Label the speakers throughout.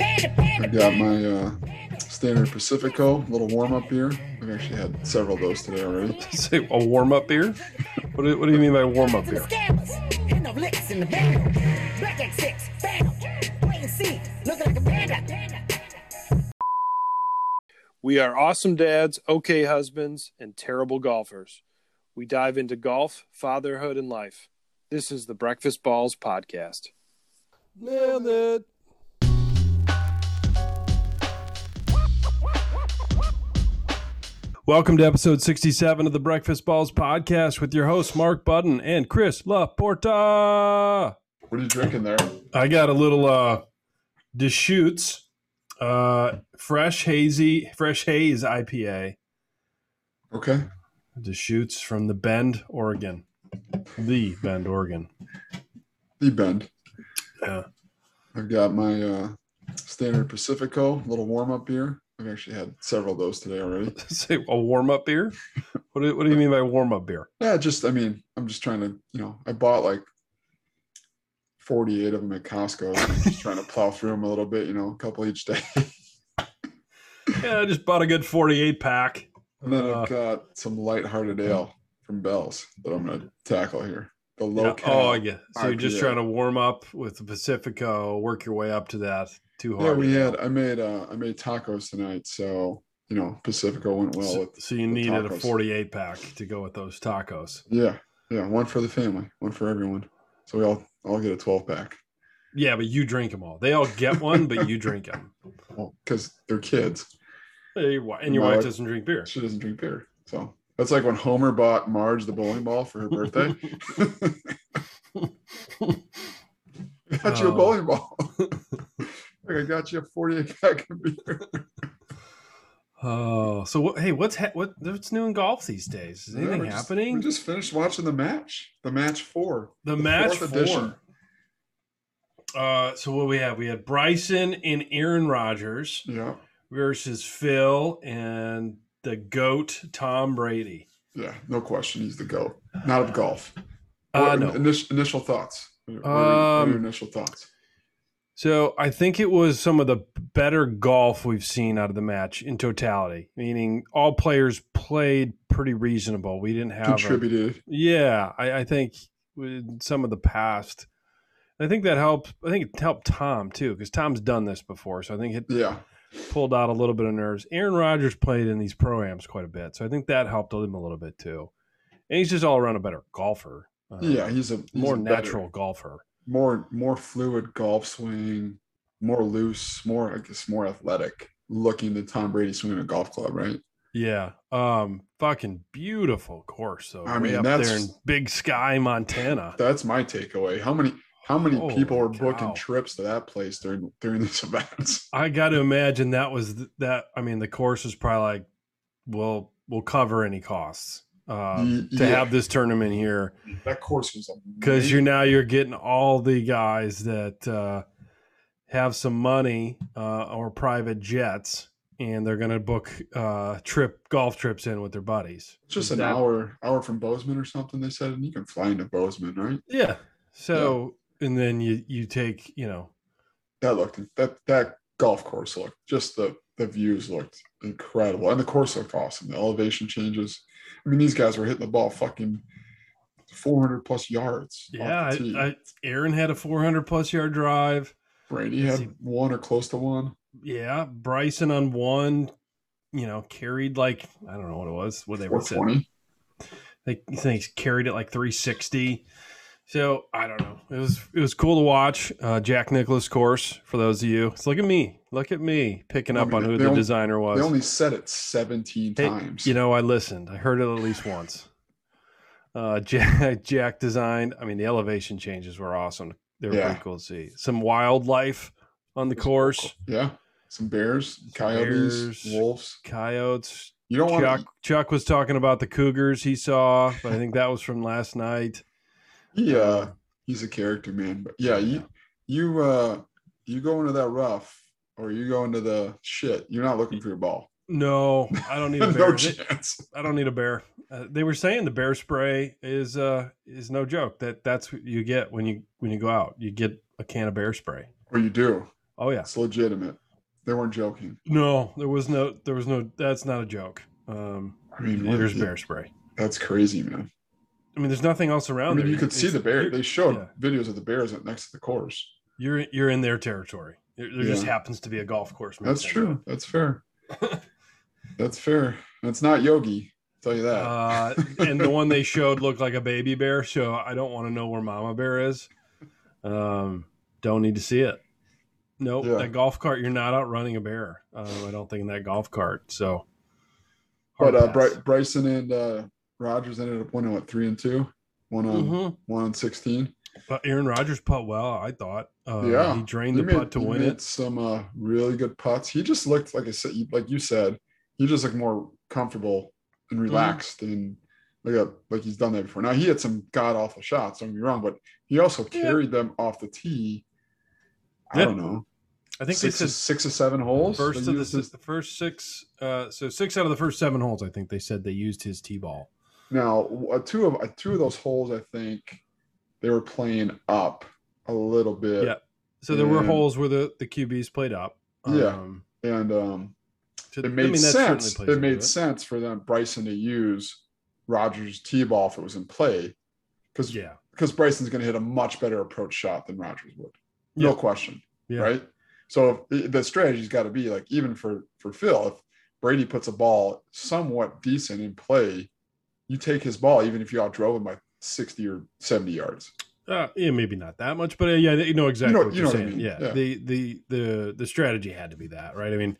Speaker 1: I got my uh, standard Pacifico, a little warm up beer. I've actually had several of those today already.
Speaker 2: Say a warm up beer? What do, what do you mean by warm up beer? We are awesome dads, okay husbands, and terrible golfers. We dive into golf, fatherhood, and life. This is the Breakfast Balls Podcast.
Speaker 3: Nailed it.
Speaker 2: Welcome to episode 67 of the Breakfast Balls Podcast with your hosts, Mark Budden and Chris LaPorta.
Speaker 1: What are you drinking there?
Speaker 2: I got a little uh, Deschutes uh, Fresh Hazy, Fresh Haze IPA.
Speaker 1: Okay.
Speaker 2: Deschutes from the Bend, Oregon. The Bend, Oregon.
Speaker 1: The Bend.
Speaker 2: Yeah.
Speaker 1: I've got my uh, standard Pacifico, a little warm up beer. I've actually had several of those today already.
Speaker 2: Say a warm up beer? What do, what do you mean by warm up beer?
Speaker 1: Yeah, just I mean, I'm just trying to, you know, I bought like 48 of them at Costco. I'm just trying to plow through them a little bit, you know, a couple each day.
Speaker 2: Yeah, I just bought a good 48 pack.
Speaker 1: And then
Speaker 2: Uh,
Speaker 1: I've got some lighthearted ale from Bell's that I'm going to tackle here. The
Speaker 2: Yeah.
Speaker 1: low cal.
Speaker 2: Oh, yeah. So you're just
Speaker 1: IPA.
Speaker 2: trying to warm up with the Pacifico, work your way up to that too hard.
Speaker 1: yeah, we had. I made uh, I made tacos tonight, so you know Pacifico went well
Speaker 2: so,
Speaker 1: with.
Speaker 2: so you
Speaker 1: the
Speaker 2: needed a
Speaker 1: tacos.
Speaker 2: 48 pack to go with those tacos.
Speaker 1: Yeah, yeah, one for the family, one for everyone. So we all all get a twelve pack
Speaker 2: Yeah, but you drink them all. They all get one, but you drink them.
Speaker 1: because they're kids.
Speaker 2: And your
Speaker 1: No,
Speaker 2: wife
Speaker 1: I-
Speaker 2: doesn't drink beer.
Speaker 1: She doesn't drink beer, so that's like when Homer bought Marge the bowling ball for her birthday. I got you a
Speaker 2: Oh.
Speaker 1: bowling ball. like I got you a forty-eight pack of beer.
Speaker 2: Oh, so what, hey, what's ha- what, what's new in golf these days? Is
Speaker 1: Yeah,
Speaker 2: anything
Speaker 1: we just-
Speaker 2: happening?
Speaker 1: we just finished watching the match. The match four.
Speaker 2: the, match
Speaker 1: fourth
Speaker 2: four. Uh, so what we have? We had Bryson and Aaron Rodgers.
Speaker 1: Yeah.
Speaker 2: versus Phil and the goat Tom Brady.
Speaker 1: Yeah. No question. He's the GOAT. Not of golf.
Speaker 2: Uh,
Speaker 1: What-
Speaker 2: no.
Speaker 1: initial, initial thoughts. What are, your- what are your
Speaker 2: Um,
Speaker 1: initial thoughts?
Speaker 2: So I think it was some of the better golf we've seen out of the match in totality, meaning all players played pretty reasonable. We didn't have a-
Speaker 1: Contributed.
Speaker 2: yeah, I, I think with some of the past. I think that helped. I think it helped Tom too, because Tom's done this before, so I think it
Speaker 1: Yeah.
Speaker 2: pulled out a little bit of nerves. Aaron Rodgers played in these proams quite a bit, so I think that helped him a little bit too. And he's just all around a better golfer. Uh,
Speaker 1: Yeah. He's a he's
Speaker 2: more
Speaker 1: a better-
Speaker 2: natural golfer.
Speaker 1: more more fluid golf swing, more loose, more I guess more athletic looking than Tom Brady swinging a golf club, right?
Speaker 2: Yeah. Um. Fucking beautiful course though.
Speaker 1: I
Speaker 2: way
Speaker 1: mean,
Speaker 2: up
Speaker 1: that's-
Speaker 2: there in Big Sky, Montana.
Speaker 1: That's my takeaway. How many how many
Speaker 2: Holy
Speaker 1: people were booking
Speaker 2: cow.
Speaker 1: trips to that place during during this event?
Speaker 2: I got to imagine that was th- that. I mean, the course was probably like, we'll we'll cover any costs um,
Speaker 1: Ye-
Speaker 2: to
Speaker 1: Mm, yeah.
Speaker 2: have this tournament here.
Speaker 1: that course was
Speaker 2: because
Speaker 1: amazing.
Speaker 2: you're now you're getting all the guys that uh, have some money uh, or private jets and they're going to book uh, trip golf trips in with their buddies
Speaker 1: It's just
Speaker 2: Is
Speaker 1: an
Speaker 2: that-
Speaker 1: hour hour from Bozeman or something. They said, and you can fly into Bozeman, right?
Speaker 2: yeah so and then you you take you know
Speaker 1: That looked that that golf course looked just the the views looked incredible, and the course looked awesome. The elevation changes. I mean, these guys were hitting the ball fucking four hundred plus yards. off
Speaker 2: yeah
Speaker 1: the tee.
Speaker 2: I, I, aaron had a 400 plus yard drive
Speaker 1: Brady had
Speaker 2: see-
Speaker 1: one or close to one.
Speaker 2: yeah bryson on one you know carried like i don't know what it was what they
Speaker 1: Four
Speaker 2: would say
Speaker 1: twenty.
Speaker 2: They I think he's carried it like 360. So I don't know. It was it was cool to watch uh, Jack Nicholas course for those of you. It's look at me, look at me picking
Speaker 1: I
Speaker 2: up
Speaker 1: mean,
Speaker 2: on who
Speaker 1: they
Speaker 2: the
Speaker 1: only-
Speaker 2: designer was.
Speaker 1: They only said it seventeen
Speaker 2: Hey,
Speaker 1: times.
Speaker 2: you know, I listened. I heard it at least once. Uh, Jack Jack designed. I mean, the elevation changes were awesome. They were
Speaker 1: Yeah.
Speaker 2: pretty cool to see. Some wildlife on the course,
Speaker 1: yeah, some bears, coyotes,
Speaker 2: bears.
Speaker 1: wolves.
Speaker 2: coyotes.
Speaker 1: You don't want
Speaker 2: Chuck Chuck was talking about the cougars he saw, but I think that was from last night. Um,
Speaker 1: Yeah, he's a character, man. But yeah, you you uh you go into that rough or you go into the shit, you're not looking for your ball.
Speaker 2: No, I don't need a bear.
Speaker 1: no
Speaker 2: They-
Speaker 1: chance.
Speaker 2: I don't need a bear. Uh, they were saying the bear spray is uh is no joke. That that's what you get when you when you go out. You get a can of bear spray.
Speaker 1: Or you do.
Speaker 2: Oh yeah,
Speaker 1: It's legitimate. They weren't joking.
Speaker 2: No, there was no, there was no. That's not a joke. Um,
Speaker 1: I mean,
Speaker 2: there's
Speaker 1: like,
Speaker 2: bear spray.
Speaker 1: That's crazy, man.
Speaker 2: I mean, there's nothing else around
Speaker 1: I mean,
Speaker 2: there.
Speaker 1: you could see
Speaker 2: It's-
Speaker 1: the bear.
Speaker 2: you're-
Speaker 1: They showed
Speaker 2: yeah.
Speaker 1: videos of the bears at- next to the course.
Speaker 2: You're you're in their territory. There, there just
Speaker 1: Yeah.
Speaker 2: happens to be a golf course.
Speaker 1: That's
Speaker 2: mixed in.
Speaker 1: true. That's fair. That's fair. That's not Yogi. I'll tell you that.
Speaker 2: Uh, and the one they showed looked like a baby bear, so I don't want to know where Mama Bear is. Um, don't need to see it. Nope,
Speaker 1: Yeah.
Speaker 2: that golf cart. You're not outrunning a bear. Um, I don't think in that golf cart. So,
Speaker 1: but uh,
Speaker 2: Hard
Speaker 1: Bry- Bryson and uh, Rogers ended up winning what three and two, one
Speaker 2: pass.
Speaker 1: on
Speaker 2: Mhm.
Speaker 1: one on sixteen.
Speaker 2: But Aaron Rodgers putt well. I thought. Uh,
Speaker 1: Yeah.
Speaker 2: he drained
Speaker 1: He
Speaker 2: the
Speaker 1: made-
Speaker 2: putt to
Speaker 1: he
Speaker 2: win
Speaker 1: made
Speaker 2: it.
Speaker 1: Some uh, really good putts. He just looked like I said, you- like you said, he just looked more comfortable and
Speaker 2: Mm-hmm.
Speaker 1: relaxed and like a, like he's done that before. Now he had some god awful shots. Don't get me wrong, but he also
Speaker 2: Yeah.
Speaker 1: carried them off the tee. I
Speaker 2: Yeah.
Speaker 1: don't know.
Speaker 2: I think
Speaker 1: six,
Speaker 2: they
Speaker 1: or,
Speaker 2: said
Speaker 1: six or seven holes. They
Speaker 2: first of the,
Speaker 1: used his-
Speaker 2: the first six. Uh, so six out of the first seven holes. I think they said they used his tee ball.
Speaker 1: Now, uh, two of uh, two of those holes, I think they were playing up a little bit.
Speaker 2: Yeah. So there were
Speaker 1: Yeah.
Speaker 2: holes where the the QBs played up.
Speaker 1: Yeah.
Speaker 2: Um,
Speaker 1: and um,
Speaker 2: to- I
Speaker 1: it made
Speaker 2: mean, that certainly
Speaker 1: sense.
Speaker 2: plays
Speaker 1: It
Speaker 2: into
Speaker 1: made sense for them Bryson to use Rogers' tee ball if it was in play, because
Speaker 2: Yeah.
Speaker 1: Bryson's going to hit a much better approach shot than Rogers would, no
Speaker 2: Yeah.
Speaker 1: question,
Speaker 2: Yeah.
Speaker 1: right? So if, the strategy's got to be like even for for Phil, if Brady puts a ball somewhat decent in play, you take his ball even if you outdrove him by sixty or seventy yards.
Speaker 2: Uh, yeah, maybe not that much, but uh, yeah, you know exactly
Speaker 1: know-
Speaker 2: what
Speaker 1: you know
Speaker 2: you're
Speaker 1: what I
Speaker 2: saying.
Speaker 1: mean,
Speaker 2: Yeah,
Speaker 1: yeah.
Speaker 2: The, the the the strategy had to be that, right? I mean,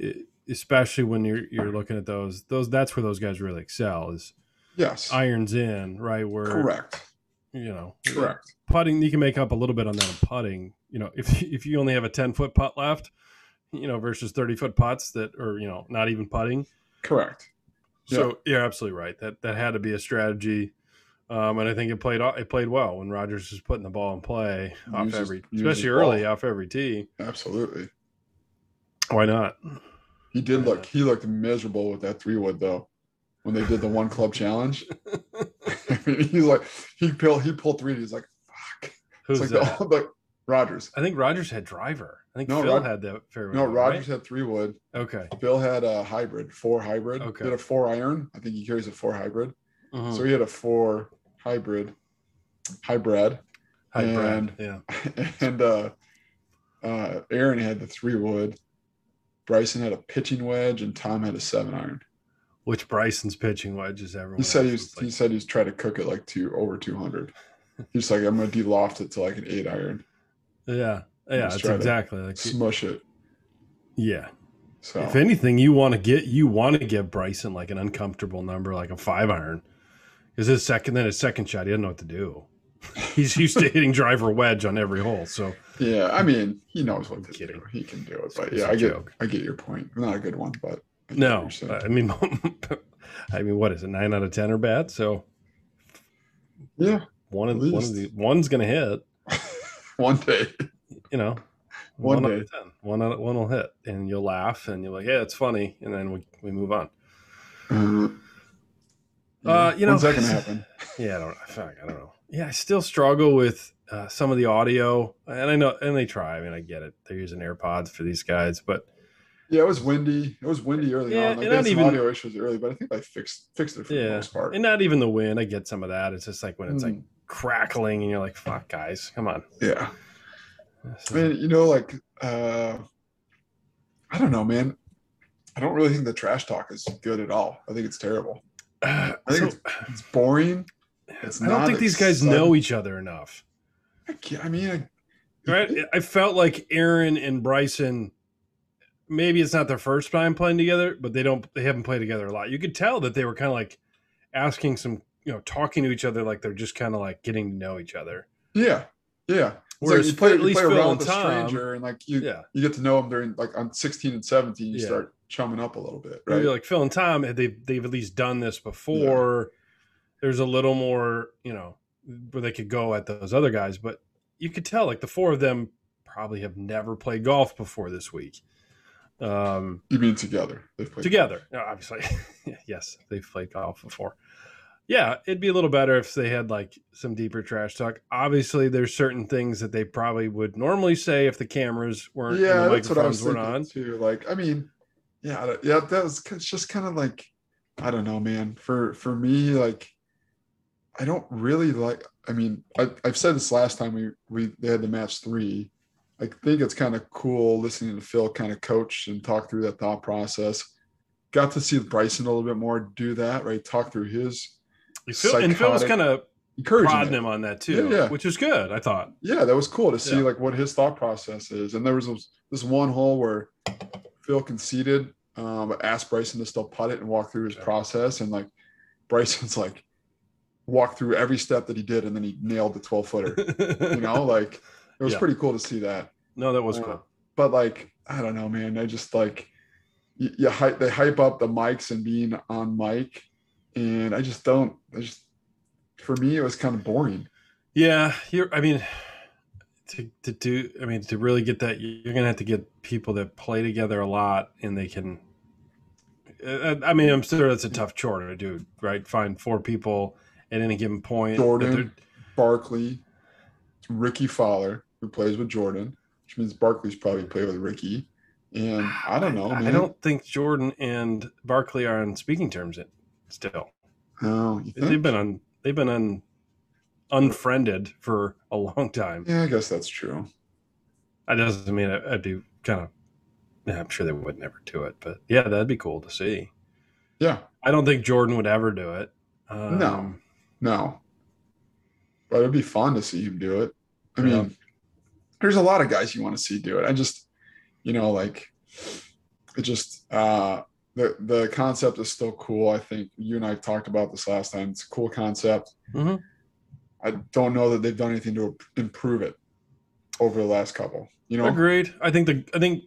Speaker 2: e- especially when you're you're looking at those those that's where those guys really excel is
Speaker 1: Yes,
Speaker 2: irons in, right? Where
Speaker 1: correct,
Speaker 2: you know
Speaker 1: correct.
Speaker 2: putting you can make up a little bit on that in putting. You know, if if you only have a ten foot putt left, you know, versus thirty foot putts that are you know not even putting.
Speaker 1: Correct.
Speaker 2: So you're absolutely right. That that had to be a strategy, um, and I think it played it played well when Rogers was putting the ball in play off
Speaker 1: Uses-
Speaker 2: every,
Speaker 1: uses
Speaker 2: especially
Speaker 1: the
Speaker 2: early
Speaker 1: ball.
Speaker 2: off every tee.
Speaker 1: Absolutely.
Speaker 2: Why not?
Speaker 1: He did
Speaker 2: Yeah.
Speaker 1: look he looked miserable with that three wood though. When they did the one club challenge. I mean, he's like he pulled he pulled three and he's like, fuck.
Speaker 2: Who's
Speaker 1: it's like
Speaker 2: that?
Speaker 1: the like Rogers.
Speaker 2: I think Rogers had driver. I think
Speaker 1: No,
Speaker 2: Phil
Speaker 1: Rod-
Speaker 2: had that fairway.
Speaker 1: No,
Speaker 2: one,
Speaker 1: Rogers
Speaker 2: right?
Speaker 1: had three wood.
Speaker 2: okay.
Speaker 1: Bill had a hybrid, four hybrid.
Speaker 2: Okay.
Speaker 1: He had a four iron. I think he carries a four hybrid.
Speaker 2: Mhm.
Speaker 1: So he had a four hybrid. Hybrid.
Speaker 2: Hi, Brad.
Speaker 1: and-
Speaker 2: Yeah.
Speaker 1: and uh uh Aaron had the three wood. Bryson had a pitching wedge and Tom had a seven iron.
Speaker 2: Which Bryson's pitching wedge is everyone.
Speaker 1: He said he
Speaker 2: else
Speaker 1: was.
Speaker 2: was like-
Speaker 1: he said he's trying to cook it like two over two hundred. He's like, I'm gonna de-loft it to like an eight iron,
Speaker 2: yeah. Yeah,
Speaker 1: was
Speaker 2: that's
Speaker 1: trying to
Speaker 2: exactly like
Speaker 1: smush it.
Speaker 2: yeah.
Speaker 1: So
Speaker 2: If anything, you want to get you want to give Bryson like an uncomfortable number, like a five iron, because his second then his second shot, he doesn't know what to do. He's used to hitting driver wedge on every hole, so
Speaker 1: yeah, I mean, he knows what
Speaker 2: I'm
Speaker 1: to
Speaker 2: kidding.
Speaker 1: do. He can do it. But
Speaker 2: It's
Speaker 1: yeah,
Speaker 2: a
Speaker 1: I get.
Speaker 2: joke.
Speaker 1: I get your point. Not a good one, but I get
Speaker 2: no,
Speaker 1: what you're saying.
Speaker 2: I mean, I mean, what is it? Nine out of ten are bad, so
Speaker 1: yeah,
Speaker 2: one
Speaker 1: At
Speaker 2: of one of
Speaker 1: least.
Speaker 2: the one's gonna hit.
Speaker 1: one day.
Speaker 2: You know,
Speaker 1: One
Speaker 2: out of ten, one out of, one will hit, and you'll laugh, and you're like, yeah, it's funny, and then we we move on.
Speaker 1: Uh,
Speaker 2: Uh, you know-
Speaker 1: when's that gonna happen?
Speaker 2: Yeah, I don't. Fuck, I don't know. Yeah, I still struggle with uh, some of the audio, and I know, and they try. I mean, I get it. They're using AirPods for these guys, but
Speaker 1: Yeah, it was windy. It was windy early
Speaker 2: Yeah,
Speaker 1: on. Like, they
Speaker 2: and not
Speaker 1: had some
Speaker 2: even-
Speaker 1: audio issues early, but I think they fixed fixed it for the
Speaker 2: Yeah,
Speaker 1: most part.
Speaker 2: and not even the wind. I get some of that. It's just like when it's like
Speaker 1: Mm,
Speaker 2: crackling, and you're like, "Fuck, guys, come on."
Speaker 1: yeah.
Speaker 2: This is-
Speaker 1: man you know like uh i don't know man i don't really think the trash talk is good at all i think it's terrible
Speaker 2: Uh,
Speaker 1: I think
Speaker 2: so,
Speaker 1: it's boring it's
Speaker 2: I don't
Speaker 1: not
Speaker 2: think these guys
Speaker 1: exciting.
Speaker 2: know each other enough,
Speaker 1: i, can't- I mean I,
Speaker 2: right? I felt like Aaron and Bryson. Maybe it's not their first time playing together, but they don't. They haven't played together a lot. You could tell that they were kind of like asking some, you know, talking to each other like they're just kind of like getting to know each other.
Speaker 1: yeah yeah it's like
Speaker 2: Whereas
Speaker 1: you play,
Speaker 2: at
Speaker 1: you
Speaker 2: least
Speaker 1: play
Speaker 2: Phil
Speaker 1: around
Speaker 2: and
Speaker 1: with a
Speaker 2: Tom-
Speaker 1: stranger and like you
Speaker 2: Yeah,
Speaker 1: you get to know them during like on 16 and 17 you
Speaker 2: Yeah.
Speaker 1: start chumming up a little bit
Speaker 2: maybe
Speaker 1: right
Speaker 2: like Phil and Tom, had they they've at least done this before. There's a little more, you know, where they could go at those other guys, but you could tell like the four of them probably have never played golf before this week. Um,
Speaker 1: you mean together they've played
Speaker 2: together, no, obviously, yes, they've played golf before. yeah, it'd be a little better if they had like some deeper trash talk. Obviously, there's certain things that they probably would normally say if the cameras weren't, yeah,
Speaker 1: yeah,
Speaker 2: the
Speaker 1: that's what I was
Speaker 2: microphones weren't
Speaker 1: thinking
Speaker 2: on.
Speaker 1: too. Like, I mean, yeah, I don't- yeah, that was it's just kind of like, I don't know, man. For for me, like, I don't really like. I mean, I I've said this last time we we they had the match three. I think it's kind of cool listening to Phil kind of coach and talk through that thought process. Got to see Bryson a little bit more do that, right? Talk through his
Speaker 2: Phil, and Phil was
Speaker 1: psychotic-
Speaker 2: kind of
Speaker 1: encouraging.
Speaker 2: prodding
Speaker 1: that.
Speaker 2: him on that too,
Speaker 1: Yeah, yeah.
Speaker 2: which was good. I thought.
Speaker 1: yeah, that was cool to see
Speaker 2: Yeah.
Speaker 1: like what his thought process is. And there was this- this one hole where Phil conceded, um, asked Bryson to still putt it and walk through his
Speaker 2: Yeah.
Speaker 1: process, and like Bryson's like walked through every step that he did, and then he nailed the twelve footer. you know, like it was
Speaker 2: Yeah.
Speaker 1: pretty cool to see that.
Speaker 2: no, that was
Speaker 1: Uh,
Speaker 2: cool.
Speaker 1: But like I don't know, man. I just like you, you hype they hype up the mics and being on mic, and I just don't. I just for me it was kind of boring.
Speaker 2: Yeah, you're. I mean, to to do. I mean, to really get that, you're gonna have to get people that play together a lot, and they can. Uh, I mean, I'm sure that's a tough chore to do, right? Find four people at any given point. that
Speaker 1: Jordan.
Speaker 2: they're-
Speaker 1: Barkley, Ricky Fowler, who plays with Jordan, which means Barkley's probably played with Ricky. And I don't know, man.
Speaker 2: I don't think Jordan and Barkley are on speaking terms yet, still.
Speaker 1: Oh, you
Speaker 2: They've
Speaker 1: think?
Speaker 2: been on. They've been on. Unfriended for a long time.
Speaker 1: Yeah, I guess that's true.
Speaker 2: That doesn't mean I, I do kind of. yeah, I'm sure they would never do it, but yeah, that'd be cool to see.
Speaker 1: Yeah,
Speaker 2: I don't think Jordan would ever do it. Um,
Speaker 1: No. no. But it'd be fun to see him do it. I mean,
Speaker 2: Yeah.
Speaker 1: there's a lot of guys you want to see do it. I just, you know, like it just uh the the concept is still cool. I think you and I talked about this last time. It's a cool concept.
Speaker 2: Mhm.
Speaker 1: I don't know that they've done anything to improve it over the last couple. You know,
Speaker 2: Agreed. I think the I think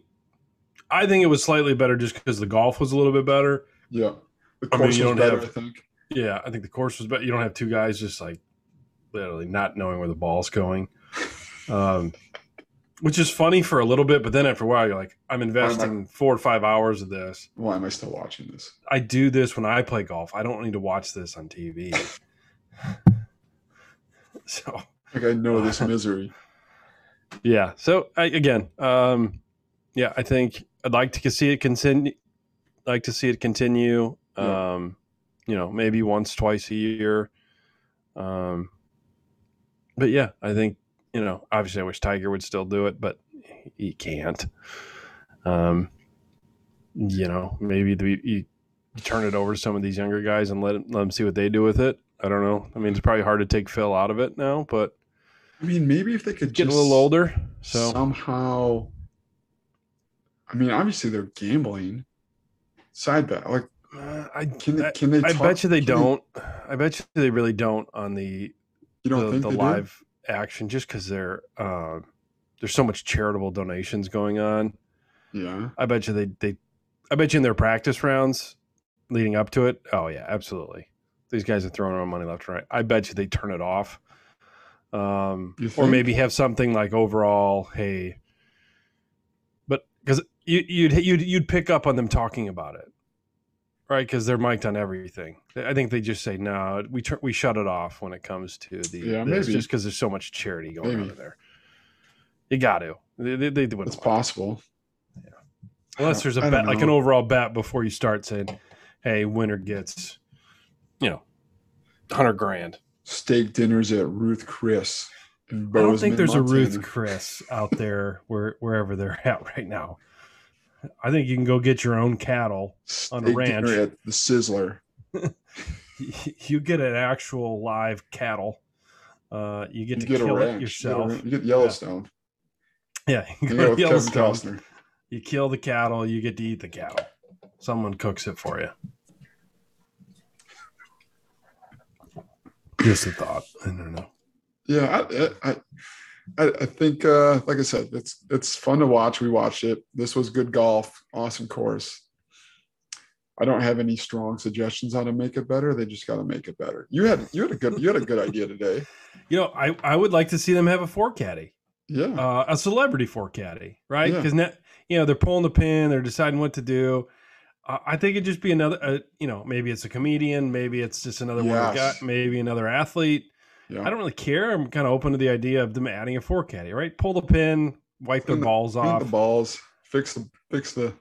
Speaker 2: I think it was slightly better just because the golf was a little bit better.
Speaker 1: yeah, the
Speaker 2: I mean,
Speaker 1: course
Speaker 2: you
Speaker 1: was
Speaker 2: don't
Speaker 1: better.
Speaker 2: have-
Speaker 1: I think.
Speaker 2: Yeah, I think the course was better. You don't have two guys just like literally not knowing where the ball's going, um, which is funny for a little bit, but then after a while you're like, I'm investing four or five hours of this.
Speaker 1: Why am I still watching this?
Speaker 2: I do this when I play golf. I don't need to watch this on TV. so
Speaker 1: Like I know this misery.
Speaker 2: Yeah. So I, again, um, yeah, I think I'd like to see it continue. Like to see it continue.
Speaker 1: Yeah.
Speaker 2: Um, you know, maybe once, twice a year. Um, but yeah, I think you know. Obviously, I wish Tiger would still do it, but he can't. Um, you know, maybe the, you, you turn it over to some of these younger guys and let 'em- let them see what they do with it. I don't know. I mean, it's probably hard to take Phil out of it now, but
Speaker 1: I mean, maybe if they could
Speaker 2: get a
Speaker 1: just
Speaker 2: little older. So
Speaker 1: somehow i mean obviously they're gambling side bet like
Speaker 2: Uh, I,
Speaker 1: can they
Speaker 2: I,
Speaker 1: can they
Speaker 2: I
Speaker 1: talk-
Speaker 2: bet you they
Speaker 1: can
Speaker 2: don't. I bet you they really don't on the
Speaker 1: you don't
Speaker 2: the,
Speaker 1: think
Speaker 2: the
Speaker 1: they do?
Speaker 2: live action, just because they're uh, there's so much charitable donations going on.
Speaker 1: yeah
Speaker 2: I bet you they they. I bet you in their practice rounds leading up to it. Oh yeah, absolutely. These guys are throwing around money left and right. I bet you they turn it off. Um,
Speaker 1: You
Speaker 2: or
Speaker 1: think?
Speaker 2: maybe have something like overall, hey, but because you, you'd you'd you'd pick up on them talking about it, right? Because they're mic'd on everything. I think they just say no. We tur- we shut it off when it comes to the
Speaker 1: Yeah,
Speaker 2: this,
Speaker 1: maybe.
Speaker 2: just because there's so much charity going on
Speaker 1: Maybe.
Speaker 2: over there. You got to. They, they, they wouldn't
Speaker 1: it's possible
Speaker 2: Unless there's a
Speaker 1: I don't
Speaker 2: bet, like
Speaker 1: know.
Speaker 2: an overall bet before you start saying, hey, winner gets, you know, 100 grand.
Speaker 1: steak dinners at ruth chris in
Speaker 2: I don't
Speaker 1: Bozeman,
Speaker 2: think there's a Ruth
Speaker 1: Montana.
Speaker 2: Chris out there where wherever they're at right now. I think you can go get your own cattle.
Speaker 1: steak
Speaker 2: on a ranch.
Speaker 1: dinner at the sizzler
Speaker 2: You get an actual live cattle. Uh, you get
Speaker 1: you
Speaker 2: to
Speaker 1: get a
Speaker 2: kill
Speaker 1: ranch You get
Speaker 2: it
Speaker 1: a
Speaker 2: yourself.
Speaker 1: ranch. you get yellowstone
Speaker 2: Yeah, you
Speaker 1: you
Speaker 2: go to
Speaker 1: go with kevin
Speaker 2: Yellowstone.
Speaker 1: costner
Speaker 2: You kill the cattle. You get to eat the cattle. Someone cooks it for you. Just a thought. I don't know.
Speaker 1: yeah I- i i i think uh like i said it's it's fun to watch we watched it this was good golf awesome course i don't have any strong suggestions how to make it better they just got to make it better you had you had a good you had a good idea today
Speaker 2: You know, I, I would like to see them have a four caddy,
Speaker 1: yeah
Speaker 2: uh, a celebrity four caddy, right?
Speaker 1: Yeah.
Speaker 2: Because you know they're pulling the pin, they're deciding what to do. I I think it'd just be another, uh, you know, maybe it's a comedian, maybe it's just another one we
Speaker 1: Yes.
Speaker 2: got, maybe another athlete.
Speaker 1: Yeah.
Speaker 2: I don't really care. I'm kind of open to the idea of them adding a fork caddy, right? Pull the pin, wipe their
Speaker 1: Clean the-
Speaker 2: balls
Speaker 1: Clean
Speaker 2: off,
Speaker 1: the balls. Fix the fix the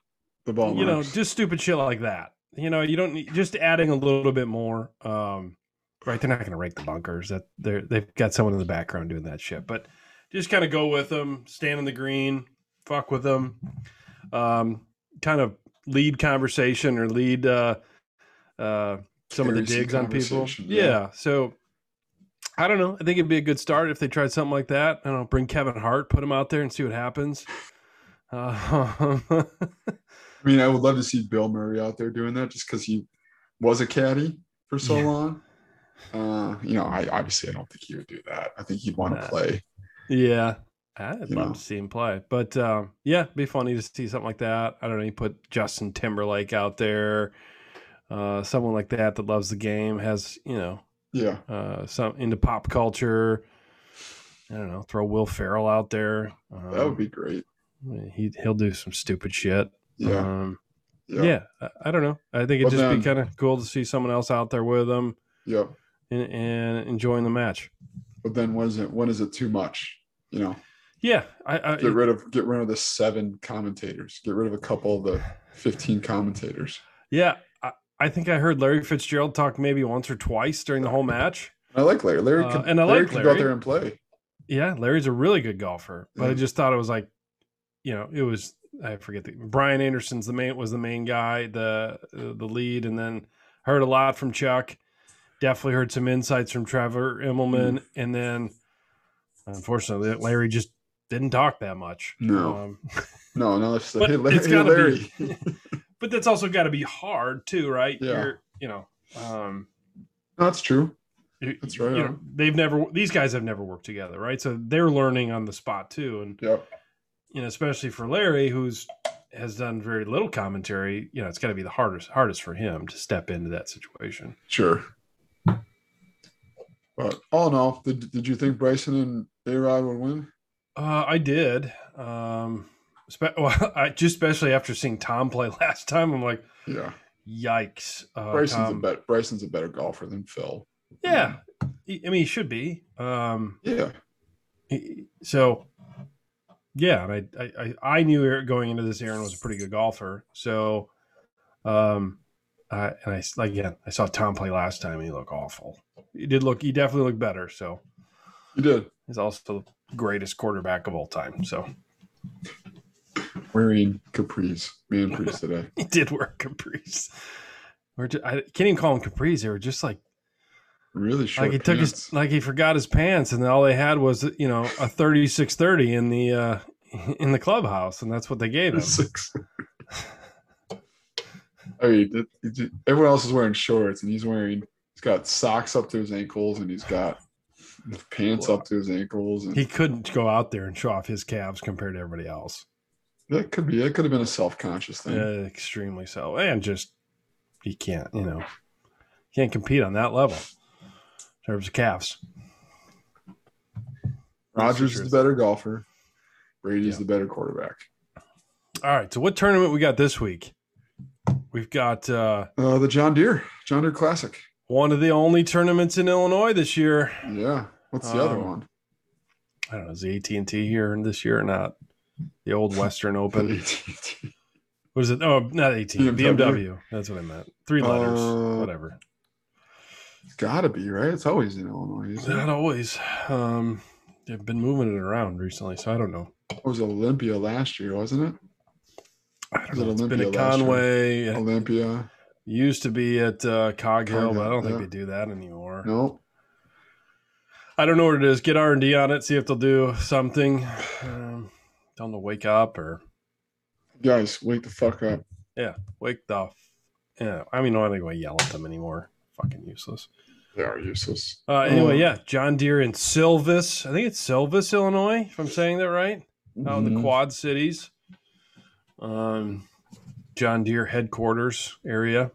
Speaker 1: the ball.
Speaker 2: you know,
Speaker 1: marks.
Speaker 2: just stupid shit like that. You know, you don't need just adding a little bit more. Um, right, they're not going to rake the bunkers. That they're they've got someone in the background doing that shit, but just kind of go with them, stand in the green, fuck with them, um, kind of lead conversation or lead uh, uh, some of the
Speaker 1: Curious
Speaker 2: digs on people.
Speaker 1: conversation,
Speaker 2: Yeah.
Speaker 1: yeah.
Speaker 2: So I don't know. I think it'd be a good start if they tried something like that. I don't know. Bring Kevin Hart, put him out there, and see what happens. Uh,
Speaker 1: I mean, I would love to see Bill Murray out there doing that just because he was a caddy for so
Speaker 2: Yeah.
Speaker 1: long. Uh, you know, I obviously I don't think he would do that. I think he'd want to
Speaker 2: Nah.
Speaker 1: play.
Speaker 2: Yeah. I'd
Speaker 1: You
Speaker 2: love
Speaker 1: know?
Speaker 2: to see him play. But um, yeah, it'd be funny to see something like that. I don't know. You put Justin Timberlake out there, uh, someone like that that loves the game, has, you know,
Speaker 1: Yeah.
Speaker 2: uh, some into pop culture. I don't know. Throw Will Ferrell out there. Um,
Speaker 1: That would be great.
Speaker 2: He, he'll do some stupid shit.
Speaker 1: Yeah.
Speaker 2: Um, yeah.
Speaker 1: Yeah. Yeah.
Speaker 2: I, I don't know. I think it'd
Speaker 1: But
Speaker 2: just
Speaker 1: then-
Speaker 2: be kind of cool to see someone else out there with him and, and enjoying the match.
Speaker 1: But then when is it when is it too much? You know,
Speaker 2: Yeah. I, I,
Speaker 1: get rid of get rid of the seven commentators. Get rid of a couple of the fifteen commentators.
Speaker 2: Yeah, I, I think I heard Larry Fitzgerald talk maybe once or twice during the whole match.
Speaker 1: I like Larry. Larry
Speaker 2: Uh,
Speaker 1: could,
Speaker 2: and I
Speaker 1: Larry
Speaker 2: like
Speaker 1: could go out
Speaker 2: Larry.
Speaker 1: there and play.
Speaker 2: Yeah, Larry's a really good golfer, but I
Speaker 1: Yeah.
Speaker 2: just thought it was like, you know, it was I forget the Brian Anderson's the main was the main guy, the uh, the lead, and then heard a lot from Chuck. Definitely heard some insights from Trevor
Speaker 1: Mm-hmm.
Speaker 2: Immelman, and then unfortunately Larry just didn't talk that much.
Speaker 1: No.
Speaker 2: Um,
Speaker 1: No, no, that's
Speaker 2: But
Speaker 1: hey, Larry,
Speaker 2: it's
Speaker 1: hey,
Speaker 2: gotta
Speaker 1: Larry.
Speaker 2: but that's also got to be hard too, right?
Speaker 1: Yeah.
Speaker 2: You're, you know, um,
Speaker 1: No, that's true.
Speaker 2: You-
Speaker 1: That's right,
Speaker 2: you know,
Speaker 1: yeah.
Speaker 2: they've never these guys have never worked together, right? So they're learning on the spot too, and
Speaker 1: Yep.
Speaker 2: you know, especially for Larry, who's has done very little commentary. You know, it's got to be the hardest hardest for him to step into that situation.
Speaker 1: Sure. But all in all, did, did you think Bryson and A Rod would win?
Speaker 2: Uh, I did, um, spe- well, I just especially after seeing Tom play last time, I'm like,
Speaker 1: Yeah.
Speaker 2: yikes, uh,
Speaker 1: Bryson's a
Speaker 2: Tom.
Speaker 1: bet Bryson's a better golfer than Phil.
Speaker 2: Yeah, He- I mean, he should be. Um,
Speaker 1: Yeah.
Speaker 2: so yeah and I, I i I knew Aaron- going into this aaron was a pretty good golfer so um uh, and i s- like again i saw tom play last time and he looked awful he did look he definitely looked better so
Speaker 1: He did.
Speaker 2: he's also the greatest quarterback of all time so
Speaker 1: Wearing capris, man capris today.
Speaker 2: he did wear capris or ju- i can't even call him capris they were just like
Speaker 1: Really short.
Speaker 2: like he took his
Speaker 1: pants.
Speaker 2: like he forgot his pants and all they had was you know a 3630 in the uh in the clubhouse and that's what they gave him
Speaker 1: six. I mean, it- it- everyone else is wearing shorts, and he's wearing. He's got socks up to his ankles, and he's got pants up to his ankles, and
Speaker 2: he couldn't go out there and show off his calves compared to everybody else.
Speaker 1: that could be. It could have been a self-conscious thing.
Speaker 2: Uh, extremely so, and just he can't, you know, can't compete on that level in terms of calves. That's
Speaker 1: Rogers
Speaker 2: the
Speaker 1: is the
Speaker 2: truth.
Speaker 1: better golfer. Brady's
Speaker 2: Yeah.
Speaker 1: the better quarterback.
Speaker 2: All right, so what tournament we got this week? We've got uh,
Speaker 1: Uh, the John Deere, John Deere Classic.
Speaker 2: one of the only tournaments in Illinois this year.
Speaker 1: Yeah. What's the other
Speaker 2: Um,
Speaker 1: one?
Speaker 2: I don't know is the AT and T here this year or not? The old Western Open
Speaker 1: AT&T.
Speaker 2: was it? Oh, not AT
Speaker 1: BMW.
Speaker 2: BMW. That's what I meant. Three letters,
Speaker 1: Uh,
Speaker 2: whatever.
Speaker 1: It's gotta be right. It's always in Illinois. Isn't it?
Speaker 2: Not always. Um, they've been moving it around recently, so I don't know.
Speaker 1: It was Olympia last year, wasn't
Speaker 2: I don't
Speaker 1: Was
Speaker 2: know.
Speaker 1: it
Speaker 2: It's been at
Speaker 1: Olympia last year? Oh.
Speaker 2: Conway.
Speaker 1: it?
Speaker 2: It
Speaker 1: Olympia.
Speaker 2: used to be at uh, Cog Hill,
Speaker 1: Cog
Speaker 2: but I
Speaker 1: Hill,
Speaker 2: don't think
Speaker 1: yeah.
Speaker 2: they do that anymore.
Speaker 1: No.
Speaker 2: I don't know what it is. Get R and D on it. See if they'll do something. Um, tell them to wake up or
Speaker 1: Guys, wake the fuck up.
Speaker 2: wake the. F- yeah, I mean, I'm not going to yell at them anymore. Fucking useless.
Speaker 1: They are useless.
Speaker 2: Uh, anyway,
Speaker 1: Um,
Speaker 2: yeah, John Deere in Silvis. I think it's Silvis, Illinois, if I'm saying that right. out in Oh, the
Speaker 1: Mhm.
Speaker 2: Quad Cities, um, John Deere headquarters area.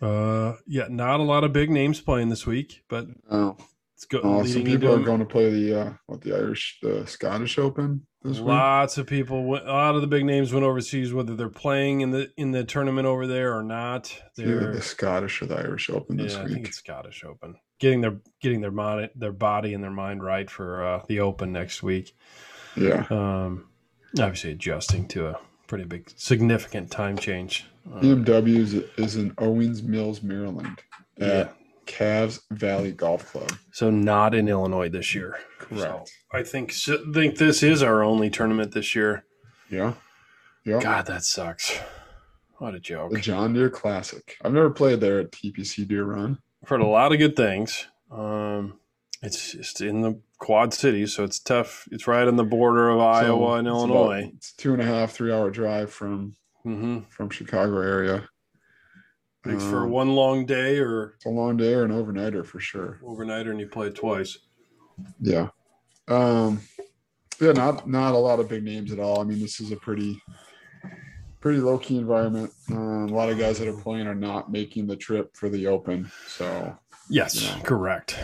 Speaker 2: Uh, yeah, not a lot of big names playing this week, but
Speaker 1: Oh,
Speaker 2: it's go-
Speaker 1: oh, some
Speaker 2: leading into
Speaker 1: people are
Speaker 2: them.
Speaker 1: going to play the uh, what the Irish, the Scottish Open this week.
Speaker 2: Lots of people, went, a lot of the big names went overseas, whether they're playing in the in the tournament over there or not.
Speaker 1: Either
Speaker 2: They're
Speaker 1: the Scottish or the Irish Open this
Speaker 2: yeah, I think
Speaker 1: week.
Speaker 2: it's Scottish Open. Getting their getting their mind, their body and their mind right for uh, the Open next week.
Speaker 1: Yeah.
Speaker 2: Um, obviously adjusting to a pretty big, significant time change. Uh,
Speaker 1: BMW is, is in Owings Mills, Maryland at
Speaker 2: yeah.
Speaker 1: Cavs Valley Golf Club.
Speaker 2: So not in Illinois this year.
Speaker 1: Correct.
Speaker 2: So I think so- think this is our only tournament this year.
Speaker 1: Yeah. Yeah.
Speaker 2: God, that sucks. What a joke.
Speaker 1: The John Deere Classic. I've never played there at TPC Deer Run.
Speaker 2: I've heard a lot of good things. Um, it's just in the Quad Cities, so it's tough. It's right on the border of Iowa and
Speaker 1: So it's
Speaker 2: Illinois.
Speaker 1: about- it's two and a half, three hour drive from
Speaker 2: hmm
Speaker 1: from Chicago area.
Speaker 2: Makes for
Speaker 1: Um,
Speaker 2: one long day or
Speaker 1: It's a long day or an overnighter for sure.
Speaker 2: overnighter, and you play twice.
Speaker 1: Yeah. Um yeah, not not a lot of big names at all. I mean, this is a pretty pretty low key environment. Um, a lot of guys that are playing are not making the trip for the open. So,
Speaker 2: Yes,
Speaker 1: Yeah.
Speaker 2: correct.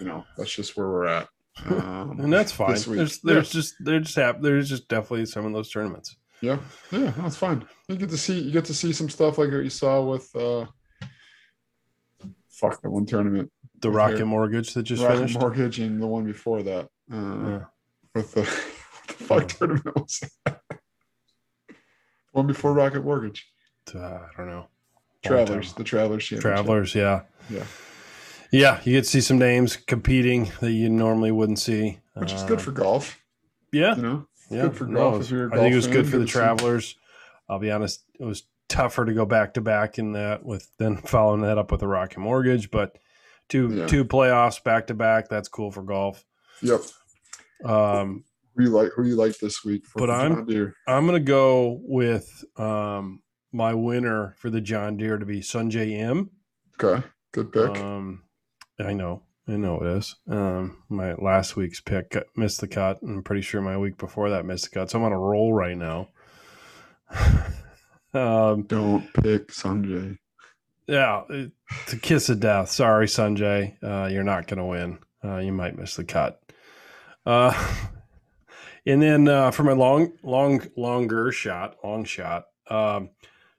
Speaker 1: you know, that's just where we're at. Um,
Speaker 2: And that's fine.
Speaker 1: This week.
Speaker 2: There's there's just there just hap- there's just definitely some of those tournaments.
Speaker 1: Yeah, yeah, that's fine. You get to see you get to see some stuff like what you saw with uh fuck the one tournament
Speaker 2: The
Speaker 1: With
Speaker 2: Rocket
Speaker 1: your-
Speaker 2: Mortgage that just
Speaker 1: Rocket
Speaker 2: finished.
Speaker 1: mortgage and the one before that. Uh,
Speaker 2: Yeah.
Speaker 1: with the, what the fuck tournament was that? one before Rocket Mortgage.
Speaker 2: Uh, I don't know.
Speaker 1: Travelers, the Travelers Championship.
Speaker 2: Travelers, yeah.
Speaker 1: Yeah.
Speaker 2: Yeah, you get to see some names competing that you normally wouldn't see.
Speaker 1: Which is
Speaker 2: Uh,
Speaker 1: good for golf,
Speaker 2: Yeah.
Speaker 1: you know.
Speaker 2: Yeah.
Speaker 1: good for
Speaker 2: no,
Speaker 1: golf
Speaker 2: it was-
Speaker 1: if you're a
Speaker 2: I think it
Speaker 1: golf
Speaker 2: was
Speaker 1: fan,
Speaker 2: good for
Speaker 1: good
Speaker 2: the
Speaker 1: to see.
Speaker 2: travelers. I'll be honest, it was tougher to go back to back in that with then following that up with a Rocket Mortgage, but two
Speaker 1: Yeah.
Speaker 2: two playoffs back to back, that's cool for golf.
Speaker 1: Yep.
Speaker 2: Um
Speaker 1: Who you like? Who you like this week? For
Speaker 2: But
Speaker 1: the
Speaker 2: I'm-
Speaker 1: John Deere?
Speaker 2: I'm gonna go with um my winner for the John Deere to be Sunjay M.
Speaker 1: okay. Good pick.
Speaker 2: Um, I know, I know it is. Um, my last week's pick got- missed the cut, and I'm pretty sure my week before that missed the cut. So I'm on a roll right now. um,
Speaker 1: Don't pick Sanjay.
Speaker 2: yeah, it- to kiss of death. Sorry, Sanjay, uh, you're not going to win. Uh, you might miss the cut. Uh, and then uh, for my long, long, longer shot, long shot. Um,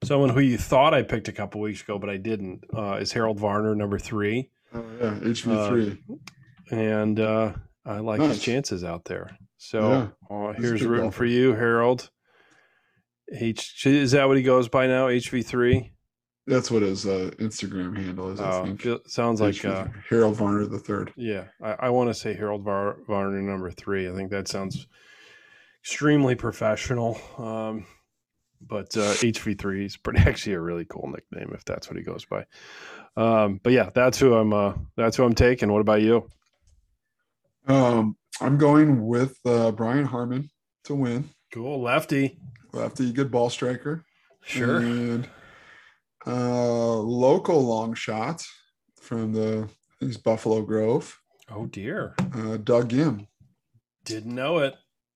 Speaker 2: someone who you thought I picked a couple weeks ago, but I didn't, uh, is Harold Varner, number three.
Speaker 1: Oh yeah, HV three.
Speaker 2: uh, and uh, I like his
Speaker 1: Nice.
Speaker 2: chances out there. So uh,
Speaker 1: He's a
Speaker 2: here's
Speaker 1: good
Speaker 2: rooting
Speaker 1: golfer.
Speaker 2: for you, Harold. H is that what he goes by now? HV3.
Speaker 1: That's what his uh, Instagram handle is. I
Speaker 2: Uh,
Speaker 1: think.
Speaker 2: feel- sounds like uh,
Speaker 1: Harold Varner the third.
Speaker 2: yeah. I, I want to say Harold Var- Varner number three. I think that sounds extremely professional. Um, but uh, HV3 is pretty actually a really cool nickname if that's what he goes by. Um, but yeah, that's who I'm. Uh, that's who I'm taking. What about you?
Speaker 1: Um, I'm going with uh, Brian Harmon to win.
Speaker 2: Cool lefty.
Speaker 1: Lefty, good ball striker. And uh, local long shot from the I think it's Buffalo Grove.
Speaker 2: Oh dear.
Speaker 1: Uh, Doug Gim.
Speaker 2: Didn't know it.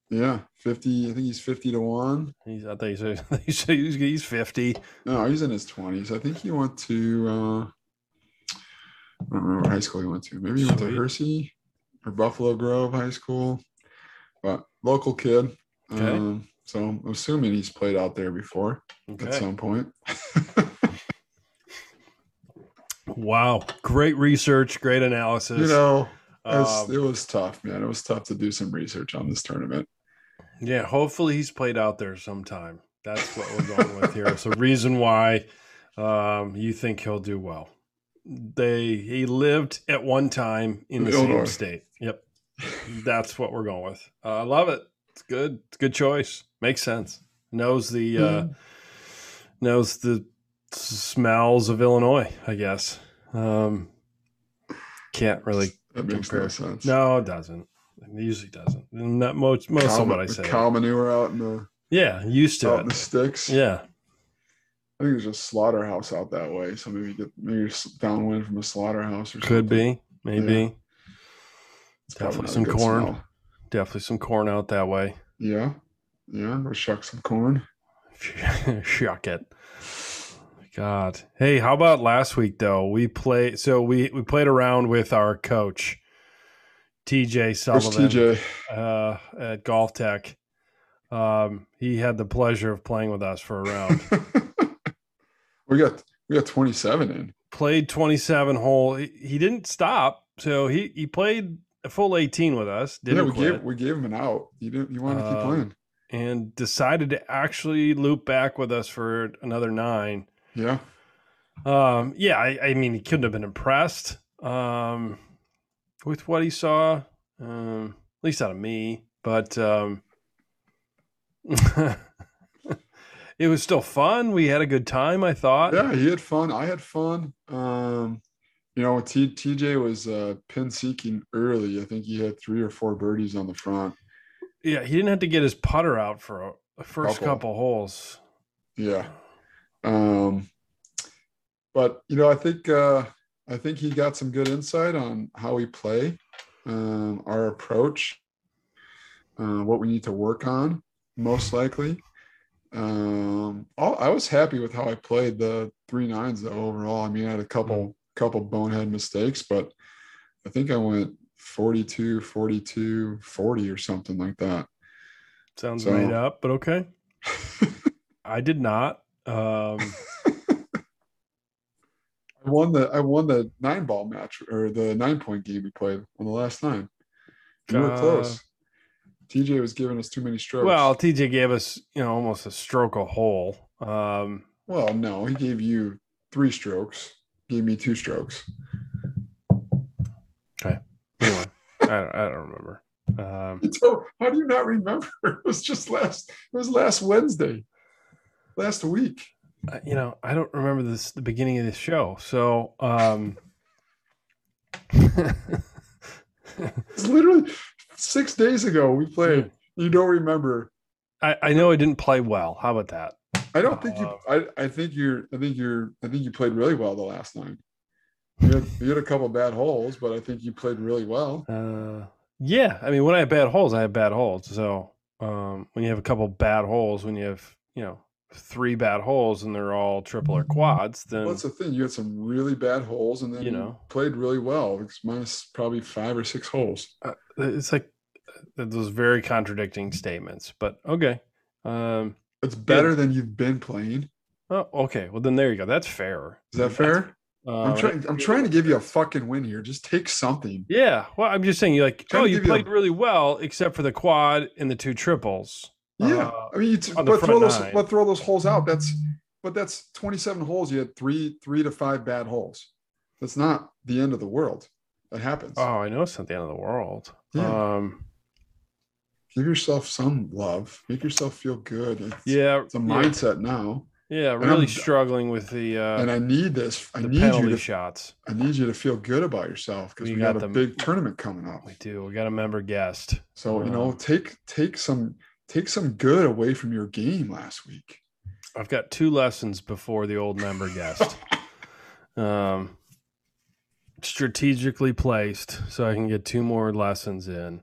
Speaker 1: Yeah, fifty. I think he's fifty to one.
Speaker 2: He's, I thought you said, you said he's, he's 50.
Speaker 1: No, he's in his twenties. I think he went to. Uh, I don't remember what high school he went to. Maybe he went to
Speaker 2: Sweet.
Speaker 1: Hersey or Buffalo Grove High School, but local kid.
Speaker 2: Okay.
Speaker 1: Um, so I'm assuming he's played out there before at
Speaker 2: Okay.
Speaker 1: some point.
Speaker 2: Wow. Great research, great analysis.
Speaker 1: you know, it was,
Speaker 2: Um,
Speaker 1: it was tough, man. It was tough to do some research on this tournament.
Speaker 2: yeah, hopefully he's played out there sometime. That's what we're going with here. It's a reason why um, you think he'll do well. They he lived at one time in the
Speaker 1: Illinois.
Speaker 2: same state. Yep. That's what we're going with. Uh, I love it. It's good. It's a good choice. Makes sense. Knows the uh, knows the smells of Illinois, I guess. Um, can't really.
Speaker 1: That makes
Speaker 2: compare-
Speaker 1: no sense.
Speaker 2: No, it doesn't. It usually doesn't. And that most most
Speaker 1: cow,
Speaker 2: of what I
Speaker 1: the
Speaker 2: say.
Speaker 1: cow manure out in the
Speaker 2: yeah, used to
Speaker 1: out in the
Speaker 2: it.
Speaker 1: sticks.
Speaker 2: Yeah,
Speaker 1: I think it was a slaughterhouse out that way. So maybe get maybe it's downwind from a slaughterhouse or
Speaker 2: could
Speaker 1: something.
Speaker 2: be, maybe,
Speaker 1: It's probably
Speaker 2: Definitely
Speaker 1: not a
Speaker 2: some
Speaker 1: good
Speaker 2: corn.
Speaker 1: smell.
Speaker 2: definitely some corn out that way.
Speaker 1: Yeah, yeah. Go shuck some corn.
Speaker 2: Shuck it. God. Hey, how about last week though? We play. So we we played around with our coach, TJ
Speaker 1: Where's
Speaker 2: Sullivan,
Speaker 1: TJ?
Speaker 2: Uh, at Golf Tech. Um, he had the pleasure of playing with us for a round.
Speaker 1: we got we got 27 in.
Speaker 2: played 27 hole. He, he didn't stop, so he he played a full 18 with us.
Speaker 1: yeah,
Speaker 2: Didn't
Speaker 1: we
Speaker 2: quit.
Speaker 1: gave we gave him an out. He didn't. He wanted to keep
Speaker 2: Um,
Speaker 1: playing.
Speaker 2: and decided to actually loop back with us for another nine.
Speaker 1: Yeah,
Speaker 2: Um, yeah, I, I mean, he couldn't have been impressed um, with what he saw, um, at least out of me. But um, it was still fun. We had a good time, I thought.
Speaker 1: yeah. He had fun. I had fun. Um, you know, T, TJ was uh, pin seeking early. I think he had three or four birdies on the front.
Speaker 2: Yeah, he didn't have to get his putter out for a, the first
Speaker 1: Couple.
Speaker 2: couple holes.
Speaker 1: Yeah. Um, but you know, I think uh, I think he got some good insight on how we play, um, our approach, uh, what we need to work on, most likely. Um, all, I was happy with how I played the three nines though overall. I mean, I had a couple couple bonehead mistakes, but I think I went 42, 42, 40 or something like that.
Speaker 2: Sounds
Speaker 1: So-
Speaker 2: made up, but okay. I did not. Um,
Speaker 1: I won the I won the nine ball match or the nine point game we played on the last nine. We were
Speaker 2: Uh,
Speaker 1: close. TJ was giving us too many strokes.
Speaker 2: well, TJ gave us, you know, almost a stroke a hole. Um,
Speaker 1: well, no, he gave you three strokes. Gave me two strokes.
Speaker 2: anyway, I, don't, I don't remember. Um,
Speaker 1: You don't- How do you not remember? It was just last. It was last Wednesday, last week.
Speaker 2: I- you know, I don't remember this the beginning of this show. So, um,
Speaker 1: It's literally six days ago we played.
Speaker 2: Hmm.
Speaker 1: You don't remember?
Speaker 2: I, I know I didn't play well. How about that?
Speaker 1: I don't think you.
Speaker 2: Wow.
Speaker 1: I, I think you're. I think you're. I think you played really well the last nine. You had, you had a couple bad holes, but I think you played really well.
Speaker 2: Uh, yeah, I mean, when I have bad holes, I have bad holes. So um, when you have a couple bad holes, when you have you know three bad holes and they're all triple or quads, then
Speaker 1: Well, that's the thing. You had some really bad holes, and then
Speaker 2: You
Speaker 1: you
Speaker 2: know.
Speaker 1: played really well. It's minus probably five or six holes.
Speaker 2: it's like uh, those very contradicting statements. But okay, um,
Speaker 1: It's better than you've been playing.
Speaker 2: oh, okay, well then there you go. That's fair.
Speaker 1: Is that fair?
Speaker 2: Um,
Speaker 1: I'm trying. I'm trying to give you a fucking win here. Just take something.
Speaker 2: Yeah, well, I'm just saying, you're like,
Speaker 1: Trying
Speaker 2: oh,
Speaker 1: to
Speaker 2: you
Speaker 1: give you a-
Speaker 2: played really well, except for the quad and the two triples.
Speaker 1: Yeah,
Speaker 2: Uh,
Speaker 1: I mean, you t-
Speaker 2: on the
Speaker 1: but throw
Speaker 2: front
Speaker 1: those,
Speaker 2: nine.
Speaker 1: but throw those holes out. That's, but that's 27 holes. You had three, three to five bad holes. That's not the end of the world. That happens.
Speaker 2: Oh, I know it's not the end of the world.
Speaker 1: Yeah.
Speaker 2: Um,
Speaker 1: give yourself some love. Make yourself feel good. It's,
Speaker 2: yeah,
Speaker 1: it's a
Speaker 2: yeah.
Speaker 1: mindset now,
Speaker 2: Yeah,
Speaker 1: And I'm-
Speaker 2: really struggling with the uh,
Speaker 1: and I need this. I
Speaker 2: the
Speaker 1: need you
Speaker 2: penalty
Speaker 1: to
Speaker 2: shots.
Speaker 1: I need you to feel good about yourself because
Speaker 2: We
Speaker 1: we,
Speaker 2: got
Speaker 1: got, a
Speaker 2: them.
Speaker 1: big tournament coming up.
Speaker 2: We do. We got a member guest.
Speaker 1: So you
Speaker 2: Wow.
Speaker 1: know, take take some take some good away from your game last week.
Speaker 2: I've got two lessons before the old member guest. um, strategically placed, so I can get two more lessons in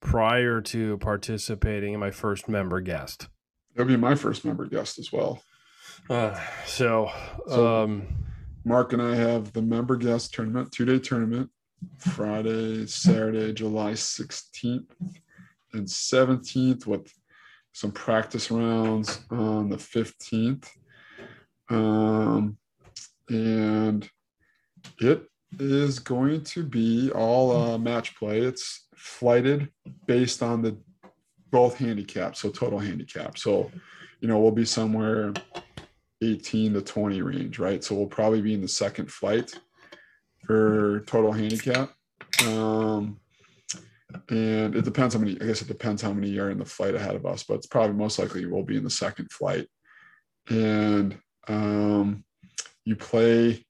Speaker 2: prior to participating in my first member guest.
Speaker 1: That'll be my first member guest as well.
Speaker 2: Uh, so,
Speaker 1: So-
Speaker 2: um,
Speaker 1: Mark and I have the member guest tournament, two day tournament, Friday, Saturday, July 16th and 17th, with some practice rounds on the 15th. Um, and it is going to be all uh, match play. It's flighted based on the both handicaps, so total handicap. So, you know, we'll be somewhere 18 to 20 range, right? So we'll probably be in the second flight for total handicap. Um, and it depends how many, I guess it depends how many are in the flight ahead of us, but it's probably most likely we'll be in the second flight. And um, you play,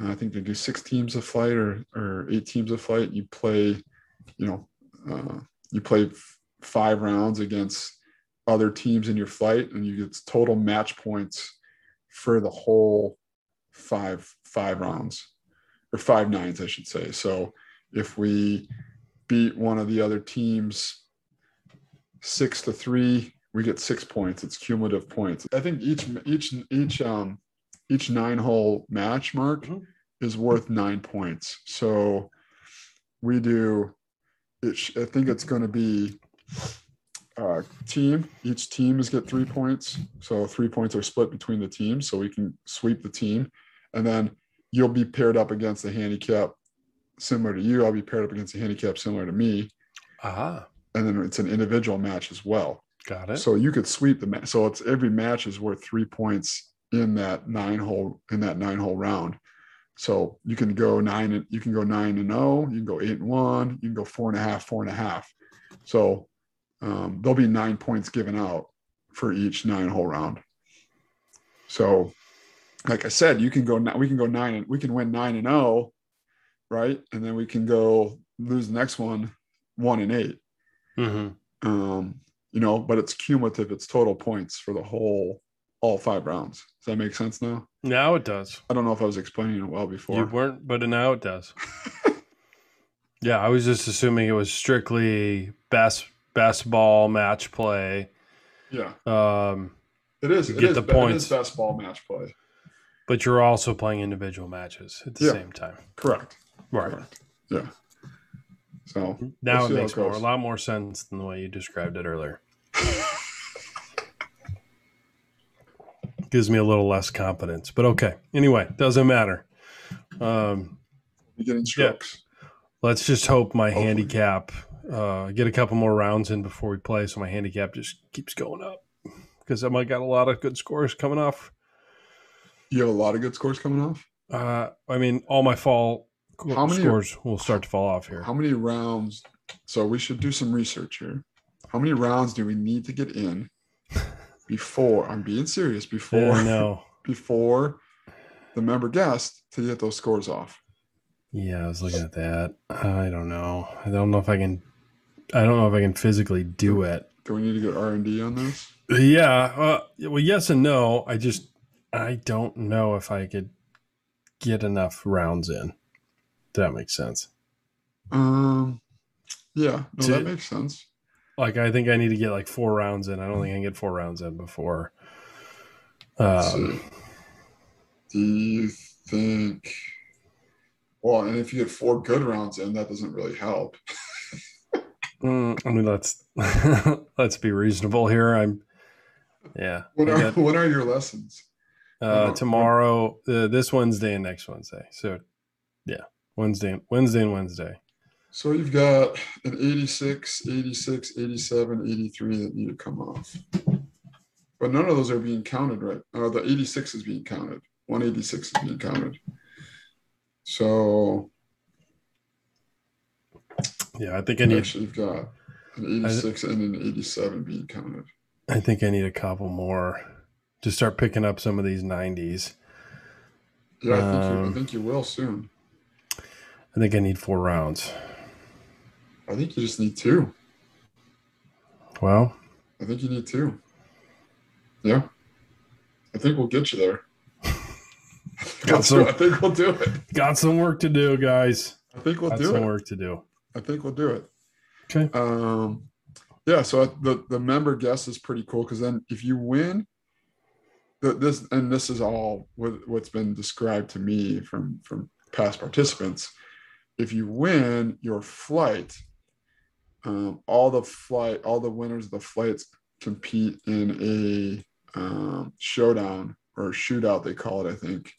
Speaker 1: I think they do six teams of flight or, or eight teams of flight. You play, you know, uh, you play f- five rounds against other teams in your flight and you get total match points for the whole five five rounds or five nines i should say so if we beat one of the other teams six to three we get six points it's cumulative points i think each each each um each nine hole match mark
Speaker 2: Mhm.
Speaker 1: is worth nine points so we do it, sh- i think it's going to be uh, team. Each team is get three points. So three points are split between the teams. So we can sweep the team. And then you'll be paired up against a handicap similar to you. I'll be paired up against a handicap similar to me.
Speaker 2: Aha.
Speaker 1: And then it's an individual match as well.
Speaker 2: Got it.
Speaker 1: So you could sweep the match. So it's every match is worth three points in that nine hole in that nine hole round. So you can go nine and you can go nine and oh, you can go eight and one, you can go four and a half, four and a half. So um, there'll be nine points given out for each nine hole round. So, like I said, you can go ni- we can go nine and we can win nine and oh, right? And then we can go lose the next one, one and eight.
Speaker 2: Mhm.
Speaker 1: Um, you know, but it's cumulative, it's total points for the whole all five rounds. Does that make sense now?
Speaker 2: Now it does.
Speaker 1: I don't know if I was explaining it well before.
Speaker 2: You weren't, but now it does. yeah, I was just assuming it was strictly best best ball match play.
Speaker 1: yeah,
Speaker 2: Um,
Speaker 1: it is.
Speaker 2: You
Speaker 1: it
Speaker 2: get
Speaker 1: is
Speaker 2: the
Speaker 1: be- it is
Speaker 2: points.
Speaker 1: best ball match play.
Speaker 2: but you're also playing individual matches at the
Speaker 1: Yeah.
Speaker 2: same time.
Speaker 1: Correct.
Speaker 2: Right.
Speaker 1: Yeah. So
Speaker 2: Now
Speaker 1: We'll
Speaker 2: it
Speaker 1: see how
Speaker 2: makes
Speaker 1: it
Speaker 2: more, a
Speaker 1: goes.
Speaker 2: lot more sense than the way you described it earlier. Gives me a little less confidence, but okay. Anyway, doesn't matter. Um,
Speaker 1: you're getting strokes.
Speaker 2: let's just hope my
Speaker 1: Hopefully.
Speaker 2: handicap uh, get a couple more rounds in before we play, so my handicap just keeps going up because I might got a lot of good scores coming off.
Speaker 1: You have a lot of good scores coming off.
Speaker 2: Uh, I mean, all my fall co-
Speaker 1: How many-
Speaker 2: scores will start to fall off here.
Speaker 1: How many rounds? So we should do some research here. How many rounds do we need to get in before? I'm being serious. Before
Speaker 2: Yeah, no,
Speaker 1: before the member guest to get those scores off.
Speaker 2: Yeah, I was looking at that. I don't know. I don't know if I can. I don't know if I can physically do it.
Speaker 1: Do we need to get R and D on this?
Speaker 2: Yeah. Uh, well, yes and no. I just I don't know if I could get enough rounds in. That makes sense.
Speaker 1: Um, yeah, no,
Speaker 2: To-
Speaker 1: that makes sense.
Speaker 2: Like I think I need to get like four rounds in. I don't think I can get four rounds in before.
Speaker 1: Let's
Speaker 2: Um,
Speaker 1: see. do you think? Well, and if you get four good rounds in, that doesn't really help.
Speaker 2: mm, I mean, let's let's be reasonable here. I'm. Yeah. I
Speaker 1: What are
Speaker 2: got-
Speaker 1: what are your lessons?
Speaker 2: Uh,
Speaker 1: Uh,
Speaker 2: tomorrow, uh, this Wednesday and next Wednesday. So, yeah, Wednesday, and Wednesday and Wednesday.
Speaker 1: So you've got an 86, 86, 87, 83 that need to come off. But none of those are being counted, right? Uh, the 86 is being counted. 186 is being counted. So
Speaker 2: Yeah, I think I need.
Speaker 1: actually, you've got an 86 and an 87 being counted.
Speaker 2: I think I need a couple more to start picking up some of these nineties.
Speaker 1: Yeah, I think, you, I
Speaker 2: Um,
Speaker 1: think you will soon.
Speaker 2: I think I need four rounds.
Speaker 1: I think you just need two.
Speaker 2: Well,
Speaker 1: I think you need two. Yeah. I think we'll get you there.
Speaker 2: Got some-
Speaker 1: I think we'll do it.
Speaker 2: got some work to do, guys.
Speaker 1: I think we'll
Speaker 2: Got
Speaker 1: do
Speaker 2: some
Speaker 1: it.
Speaker 2: work to do.
Speaker 1: I think we'll do it.
Speaker 2: Okay.
Speaker 1: Um, yeah. So the the member guest is pretty cool because then if you win, the, this and this is all what, what's been described to me from from past participants. If you win your flight, um, all the flight, all the winners of the flights compete in a um, showdown or shootout. They call it, I think,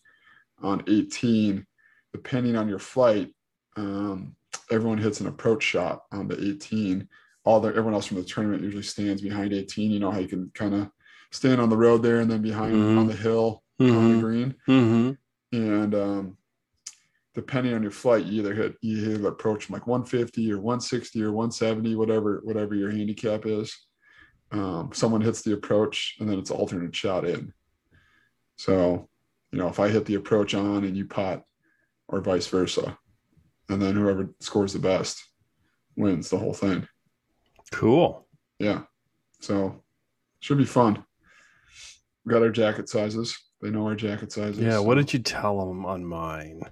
Speaker 1: on 18. Depending on your flight, um, everyone hits an approach shot on the 18. All the everyone else from the tournament usually stands behind 18. You know how you can kind of stand on the road there and then behind
Speaker 2: Mhm.
Speaker 1: on the hill on the
Speaker 2: Mm-hmm.
Speaker 1: green. And um, depending on your flight, you either hit you either approach from like 150 or 160 or 170, whatever whatever your handicap is. Um, someone hits the approach and then it's alternate shot in. So, you know, if I hit the approach on and you pot, or vice versa, and then whoever scores the best wins the whole thing.
Speaker 2: Cool.
Speaker 1: Yeah. So should be fun. We got our jacket sizes. They know our jacket sizes.
Speaker 2: Yeah. What
Speaker 1: so-
Speaker 2: did you tell them on mine?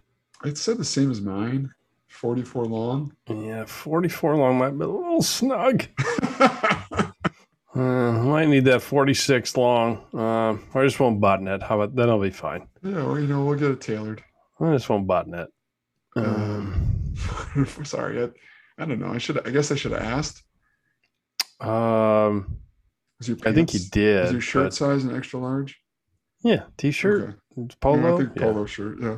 Speaker 1: It said the same as mine, 44 long.
Speaker 2: Yeah, forty-four long might be a little snug.
Speaker 1: yeah,
Speaker 2: Uh, I might need that 46 long. Um, I just want botnet. How about that'll be fine.
Speaker 1: well, you know, we'll get it tailored.
Speaker 2: I just want botnet. Um,
Speaker 1: Um, Sorry, I, I don't know. I should. I guess I should have asked.
Speaker 2: Um,
Speaker 1: Is your
Speaker 2: I think he
Speaker 1: pants-
Speaker 2: did.
Speaker 1: Is your shirt
Speaker 2: but-
Speaker 1: size an extra large?
Speaker 2: yeah, t-shirt,
Speaker 1: Okay.
Speaker 2: polo.
Speaker 1: Yeah, I think
Speaker 2: yeah.
Speaker 1: polo shirt. Yeah.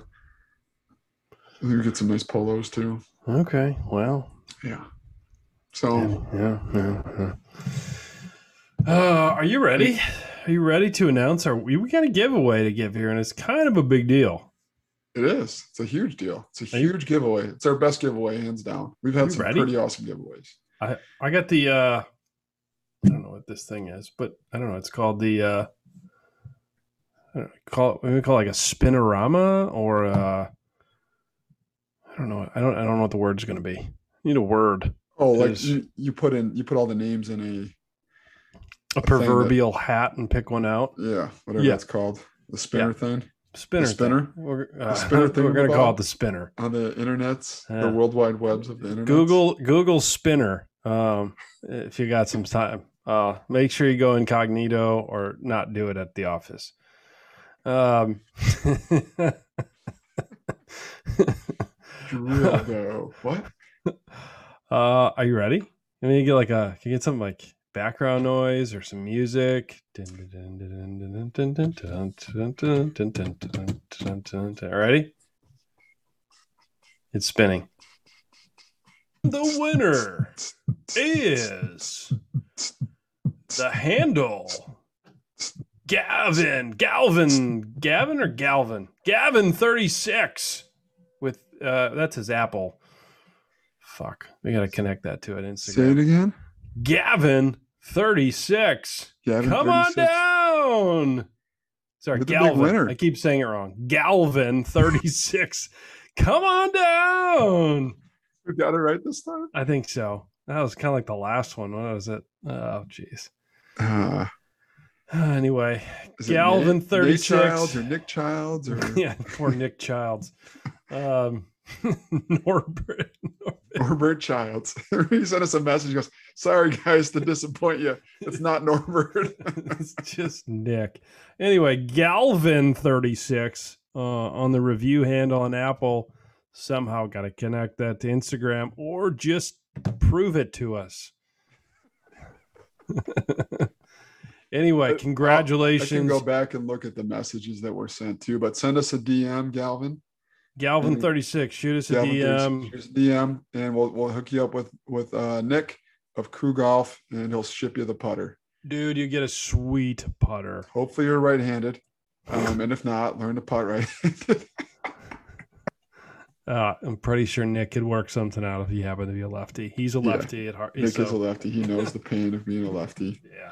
Speaker 1: I think we get some nice polos too.
Speaker 2: Okay, well,
Speaker 1: Yeah. So
Speaker 2: yeah, yeah, yeah. Uh, are you ready? Are you ready to announce our? We, we got a giveaway to give here, and it's kind of a big deal.
Speaker 1: it is. It's a huge deal. It's a
Speaker 2: Are you-
Speaker 1: huge giveaway. It's our best giveaway, hands down. We've
Speaker 2: You
Speaker 1: had some
Speaker 2: ready?
Speaker 1: pretty awesome giveaways.
Speaker 2: I got the. uh I don't know what this thing is, but I don't know. It's called the. uh I don't know, Call it. We call it like a spinorama or. uh I don't know. I don't. I don't know what the word's going to be. I need a word.
Speaker 1: Oh, like
Speaker 2: is-
Speaker 1: you, you put in you put all the names in a
Speaker 2: A
Speaker 1: thing that-
Speaker 2: proverbial hat and pick one out.
Speaker 1: yeah, whatever
Speaker 2: Yeah.
Speaker 1: that's called. The spinner thing
Speaker 2: Spinner. thing.
Speaker 1: spinner?
Speaker 2: We're, uh,
Speaker 1: The spinner thing
Speaker 2: we're going to
Speaker 1: about-
Speaker 2: call it the spinner.
Speaker 1: on the internets,
Speaker 2: Yeah.
Speaker 1: the world wide webs of the internet.
Speaker 2: Uh, Google Google Spinner. Um, if you got some time, uh, make sure you go incognito or not do it at the office. Um,
Speaker 1: Dildo. what?
Speaker 2: uh, are you ready? I mean, you get like a can you get some like background noise or some music. Ready? It's spinning. The winner is the handle Gavin, Galvin, Gavin or Galvin, Gavin thirty six. With uh, that's his Apple. Fuck, we gotta connect that to an
Speaker 1: Say it
Speaker 2: Instagram.
Speaker 1: again.
Speaker 2: Gavin thirty six.
Speaker 1: Gavin
Speaker 2: Come on
Speaker 1: 36.
Speaker 2: down.
Speaker 1: You're
Speaker 2: Sorry,
Speaker 1: the big
Speaker 2: Galvin.
Speaker 1: winner.
Speaker 2: I keep saying it wrong. Galvin thirty six. Come on down.
Speaker 1: We got it right this time.
Speaker 2: I think so. That was kind of like the last one. What was it? Oh, jeez.
Speaker 1: Uh,
Speaker 2: Anyway,
Speaker 1: it
Speaker 2: Galvin
Speaker 1: Nate- Nate
Speaker 2: 36.
Speaker 1: Childs or Nick Childs or
Speaker 2: yeah, poor Nick Childs. Um, Norbert.
Speaker 1: Norbert Childs. he sent us a message. He goes, "Sorry guys to disappoint you. It's not Norbert."
Speaker 2: it's just Nick. Anyway, Galvin 36 uh, on the review handle on Apple. Somehow got to connect that to Instagram or just prove it to us. anyway,
Speaker 1: Uh, I can
Speaker 2: congratulations,
Speaker 1: go back and look at the messages that were sent too, but send us a DM, Galvin.
Speaker 2: Galvin 36. Shoot us a
Speaker 1: Mm-hmm. Galvin,
Speaker 2: DM.
Speaker 1: here's a DM, and we'll we'll hook you up with with uh, Nick of Crew Golf, and he'll ship you the putter.
Speaker 2: Dude, you get a sweet putter.
Speaker 1: Hopefully, you're right-handed, um, and if not, learn to putt right.
Speaker 2: Uh, I'm pretty sure Nick could work something out if he happened to be a lefty. He's a
Speaker 1: Yeah.
Speaker 2: lefty at heart.
Speaker 1: Nick
Speaker 2: so-
Speaker 1: is a lefty. He knows the pain of being a lefty.
Speaker 2: yeah.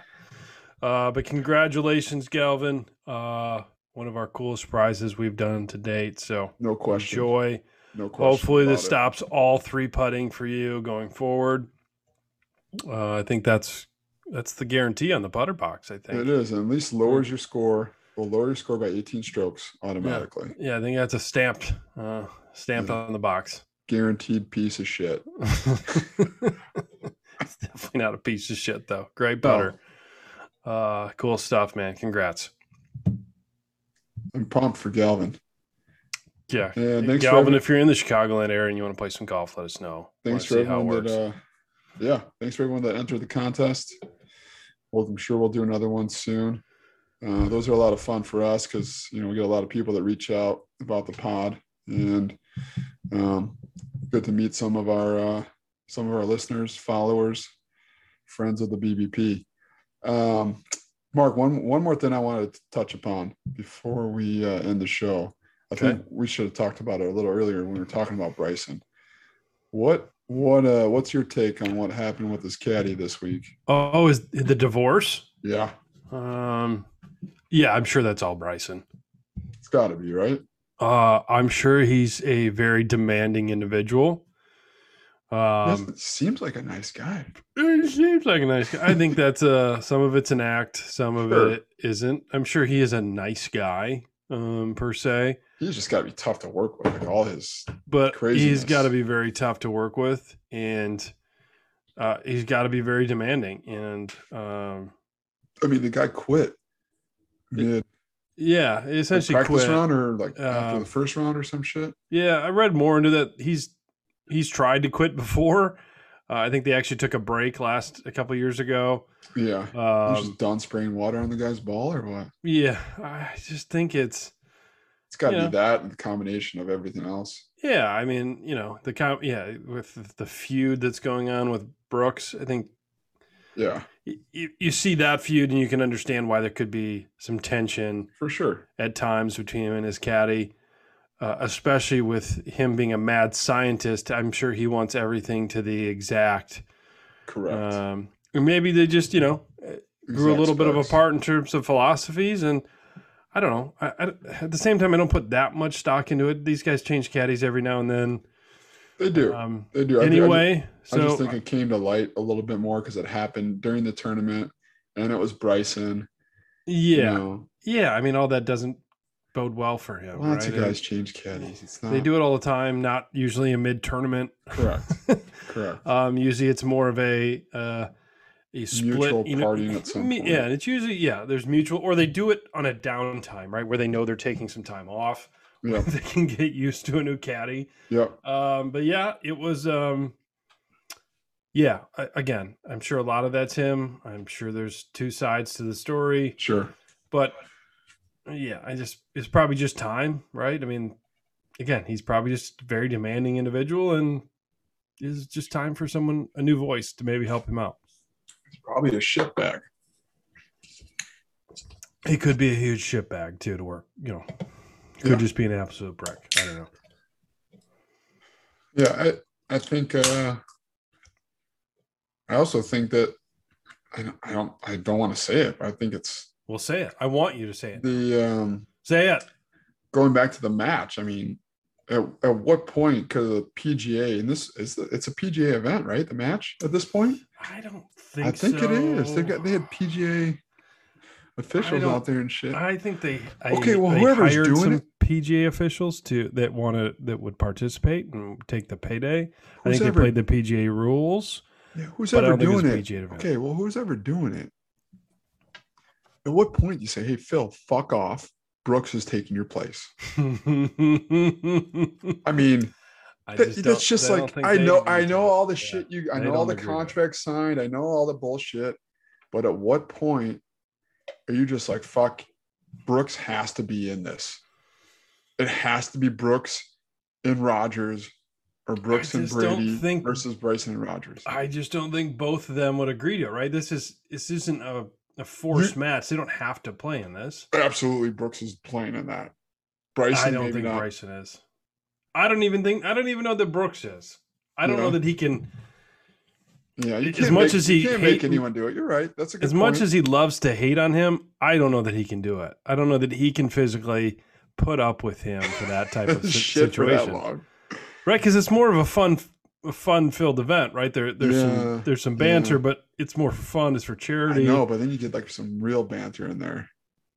Speaker 2: Uh, but congratulations, Galvin. Uh, one of our coolest prizes we've done to date. So
Speaker 1: No question.
Speaker 2: enjoy.
Speaker 1: No question.
Speaker 2: Hopefully, this
Speaker 1: about
Speaker 2: stops all three putting for you going forward. Uh, I think that's that's the guarantee on the putter box. I
Speaker 1: It
Speaker 2: think.
Speaker 1: is, and at least lowers your score. Will lower your score by 18 strokes automatically.
Speaker 2: Mm. Yeah, I think that's a stamped uh, stamped
Speaker 1: Yeah.
Speaker 2: on the box.
Speaker 1: Guaranteed piece of shit.
Speaker 2: it's definitely not a piece of shit though. Great butter. Uh, cool stuff, man. Congrats.
Speaker 1: I'm pumped for Galvin.
Speaker 2: Yeah.
Speaker 1: And Uh, thanks for
Speaker 2: Galvin,
Speaker 1: every-
Speaker 2: if you're in the Chicagoland area and you want to play some golf, let us know.
Speaker 1: thanks
Speaker 2: Wanna
Speaker 1: for
Speaker 2: see how it
Speaker 1: everyone
Speaker 2: works.
Speaker 1: that. Uh, yeah, thanks for everyone that entered the contest. Well, I'm sure we'll do another one soon. Uh, those are a lot of fun for us because you know we get a lot of people that reach out about the pod, and um, good to meet some of our uh, some of our listeners, followers, friends of the BBP. Um, Mark, one one more thing I wanted to touch upon before we uh, end the show. I think we should have talked about it a little earlier when we were talking about Bryson. What what uh what's your take on what happened with his caddy this week? uh,
Speaker 2: oh, is the divorce?
Speaker 1: Yeah,
Speaker 2: Um, yeah, I'm sure that's all Bryson.
Speaker 1: it's got to be right.
Speaker 2: Uh, I'm sure he's a very demanding individual. Um,
Speaker 1: Doesn't- seems like a nice guy.
Speaker 2: He seems like a nice guy. I think that's uh some of it's an act, some of
Speaker 1: Sure.
Speaker 2: it isn't. I'm sure he is a nice guy, um, per se.
Speaker 1: He's just got to be tough to work with. Like all his
Speaker 2: But
Speaker 1: Craziness.
Speaker 2: he's gotta be very tough to work with and uh he's gotta be very demanding and um
Speaker 1: I mean, the guy quit mid
Speaker 2: yeah, he essentially
Speaker 1: practice
Speaker 2: quit.
Speaker 1: round or like after
Speaker 2: Um,
Speaker 1: the first round or some shit.
Speaker 2: Yeah, I read more into that. He's he's tried to quit before. Uh, I think they actually took a break last a couple years ago.
Speaker 1: Yeah. you
Speaker 2: Um,
Speaker 1: just done spraying water on the guy's ball or what?
Speaker 2: yeah, I just think it's
Speaker 1: It's got to
Speaker 2: Yeah.
Speaker 1: be that and the combination of everything else.
Speaker 2: yeah. I mean, you know, the com- yeah with the feud that's going on with Brooks, I think
Speaker 1: Yeah,
Speaker 2: y- you, you see that feud and you can understand why there could be some tension
Speaker 1: for sure.
Speaker 2: at times between him and his caddy, uh, especially with him being a mad scientist. I'm sure he wants everything to the exact.
Speaker 1: Correct.
Speaker 2: Um, or maybe they just, you know, grew a
Speaker 1: Exact
Speaker 2: little bit of
Speaker 1: specs.
Speaker 2: apart in terms of philosophies and i don't know I, I- at the same time i don't put that much stock into it these guys change caddies every now and then
Speaker 1: They do.
Speaker 2: um,
Speaker 1: they do. I do- I do-
Speaker 2: anyway
Speaker 1: I just
Speaker 2: so
Speaker 1: think it came to light a little bit more because it happened during the tournament, and it was Bryson. you
Speaker 2: yeah
Speaker 1: know.
Speaker 2: yeah i mean all that doesn't bode well for him
Speaker 1: lots
Speaker 2: right?
Speaker 1: of guys change caddies. It's not
Speaker 2: they do it all the time not usually a mid-tournament
Speaker 1: correct. correct.
Speaker 2: um usually it's more of a uh a split
Speaker 1: Mutual
Speaker 2: you know-
Speaker 1: partying at some
Speaker 2: me-
Speaker 1: point.
Speaker 2: yeah and it's usually yeah there's mutual or they do it on a downtime right where they know they're taking some time off
Speaker 1: Yep.
Speaker 2: they can get used to a new caddy
Speaker 1: Yep.
Speaker 2: Um, but yeah, it was. Um, yeah, I, again, I'm sure a lot of that's him. I'm sure there's two sides to the story,
Speaker 1: Sure.
Speaker 2: but yeah, I just it's probably just time, right? I mean, again, he's probably just a very demanding individual, and it's just time for someone a new voice to maybe help him out.
Speaker 1: It's probably a shit bag.
Speaker 2: He could be a huge shit bag too to work. You know, could
Speaker 1: Yeah.
Speaker 2: just be an absolute brick. I don't know.
Speaker 1: Yeah, I I think uh I also think that I don't I don't I don't want to say it, but I think it's
Speaker 2: Well, say it. I want you to say it.
Speaker 1: the um
Speaker 2: Say it.
Speaker 1: going back to the match. I mean, at, at what point could the PGA and this is it's a PGA event, right? The match at this point,
Speaker 2: I don't think.
Speaker 1: I think it is. They
Speaker 2: so.
Speaker 1: got they had PGA officials
Speaker 2: don't-
Speaker 1: out there and shit.
Speaker 2: I think they. I,
Speaker 1: Okay, well,
Speaker 2: they
Speaker 1: whoever's
Speaker 2: hired
Speaker 1: doing
Speaker 2: some
Speaker 1: it-
Speaker 2: PGA officials to that want to that would participate and take the payday. I
Speaker 1: Who's
Speaker 2: think
Speaker 1: ever-
Speaker 2: they played the PGA rules,
Speaker 1: yeah, who's
Speaker 2: but I
Speaker 1: ever
Speaker 2: don't think
Speaker 1: doing
Speaker 2: it's
Speaker 1: it?
Speaker 2: PGA event.
Speaker 1: Okay, well, who's ever doing it? At what point you say, "Hey, Phil, fuck off"? Brooks is taking your place. I mean.
Speaker 2: I
Speaker 1: That-
Speaker 2: just don't-
Speaker 1: that's just
Speaker 2: I don't
Speaker 1: like
Speaker 2: think
Speaker 1: I
Speaker 2: they
Speaker 1: know
Speaker 2: agree
Speaker 1: I
Speaker 2: with
Speaker 1: know
Speaker 2: that.
Speaker 1: all the
Speaker 2: Yeah.
Speaker 1: shit you I
Speaker 2: They
Speaker 1: know all
Speaker 2: don't
Speaker 1: the
Speaker 2: agree with it.
Speaker 1: contracts signed, I know all the bullshit, but at what point are you just like fuck Brooks has to be in this? It has to be Brooks and Rogers or Brooks and
Speaker 2: just don't
Speaker 1: Brady
Speaker 2: think-
Speaker 1: versus Bryson and Rogers.
Speaker 2: I just don't think both of them would agree to it. Right? This is this isn't a, a forced match. They don't have to play in this.
Speaker 1: Absolutely Brooks is playing in that. Bryson
Speaker 2: I don't
Speaker 1: maybe
Speaker 2: think
Speaker 1: not.
Speaker 2: Bryson is. I don't even think. I don't even know that Brooks is. I don't
Speaker 1: Yeah.
Speaker 2: know that he can.
Speaker 1: yeah, you
Speaker 2: as
Speaker 1: can't
Speaker 2: much
Speaker 1: make-
Speaker 2: as
Speaker 1: you
Speaker 2: he
Speaker 1: can't
Speaker 2: hate-
Speaker 1: make anyone do it. You're right. That's a good
Speaker 2: as much
Speaker 1: point.
Speaker 2: as he loves to hate on him, I don't know that he can do it. I don't know that he can physically put up with him for that type of si-
Speaker 1: shit for that
Speaker 2: situation,
Speaker 1: long.
Speaker 2: right? Because it's more of a fun, a fun-filled event, right? There, there's
Speaker 1: Yeah,
Speaker 2: some, there's some
Speaker 1: yeah.
Speaker 2: banter, but it's more for fun. It's for
Speaker 1: I
Speaker 2: charity.
Speaker 1: know, but then you get like some real banter in there.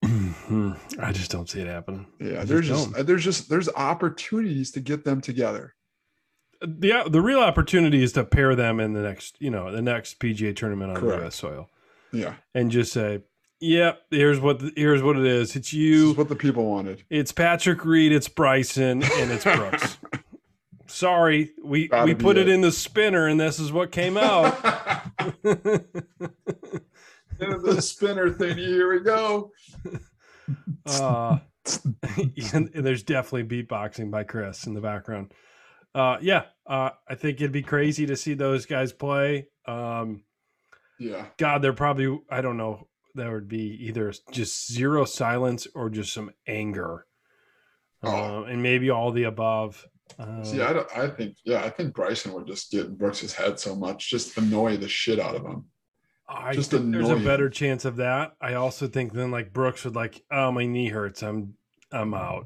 Speaker 2: Mhm. I just don't see it happening.
Speaker 1: Yeah,
Speaker 2: I
Speaker 1: there's
Speaker 2: just
Speaker 1: just uh, there's just there's opportunities to get them together.
Speaker 2: the the real opportunity is to pair them in the next, you know, the next PGA tournament on
Speaker 1: Correct.
Speaker 2: U.S. soil,
Speaker 1: Yeah,
Speaker 2: and just say, "Yep, here's what the, here's what it is. It's
Speaker 1: this
Speaker 2: you.
Speaker 1: is what the people wanted.
Speaker 2: It's Patrick Reed, it's Bryson, and it's Brooks. Sorry, we
Speaker 1: Gotta
Speaker 2: we
Speaker 1: be
Speaker 2: put it.
Speaker 1: it.
Speaker 2: in the spinner, and this is what came out. Uh,
Speaker 1: And the spinner thing. Here we go.
Speaker 2: uh, and there's definitely beatboxing by Chris in the background. Uh, yeah, uh, I think it'd be crazy to see those guys play. Um,
Speaker 1: Yeah,
Speaker 2: God, they're probably I don't know. There would be either just zero silence or just some anger,
Speaker 1: Oh.
Speaker 2: Uh, and maybe all the above. Um,
Speaker 1: see, I don't. I think yeah, I think Bryson would just get in Brooks's head so much, just annoy the shit out of him.
Speaker 2: I
Speaker 1: Just
Speaker 2: think there's a
Speaker 1: annoying.
Speaker 2: better chance of that. I also think then like Brooks would like, oh my knee hurts. I'm I'm out.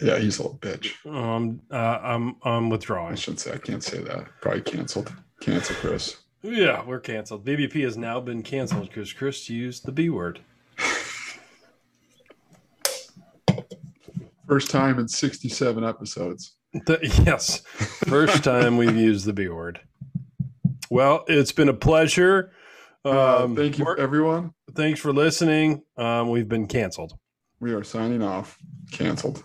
Speaker 1: Yeah, he's a little bitch.
Speaker 2: Um uh, I'm
Speaker 1: I
Speaker 2: I'm withdrawing.
Speaker 1: shouldn't say. I can't say that. Probably canceled. Cancel Chris.
Speaker 2: Yeah, we're canceled. BBP has now been canceled because Chris used the B word.
Speaker 1: First time in 67 episodes.
Speaker 2: The- yes, first time we've used the B word. Well, it's been a pleasure. Um,
Speaker 1: Uh, thank you,
Speaker 2: we're-
Speaker 1: everyone.
Speaker 2: thanks for listening. Um, we've been canceled.
Speaker 1: We are signing off. Canceled.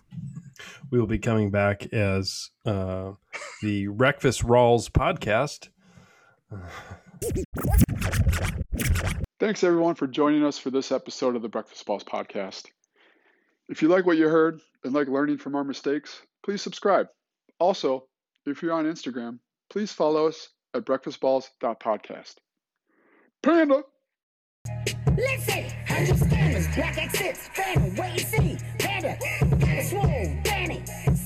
Speaker 2: We will be coming back as uh, the Breakfast Rawls podcast.
Speaker 1: Thanks everyone for joining us for this episode of the Breakfast Balls podcast. If you like what you heard and like learning from our mistakes, please subscribe. Also, if you're on Instagram, please follow us at breakfastballs.podcast. Panda!
Speaker 4: Listen, hundred spammers, black exits, family, wait and see, panda, got a swoon, panic,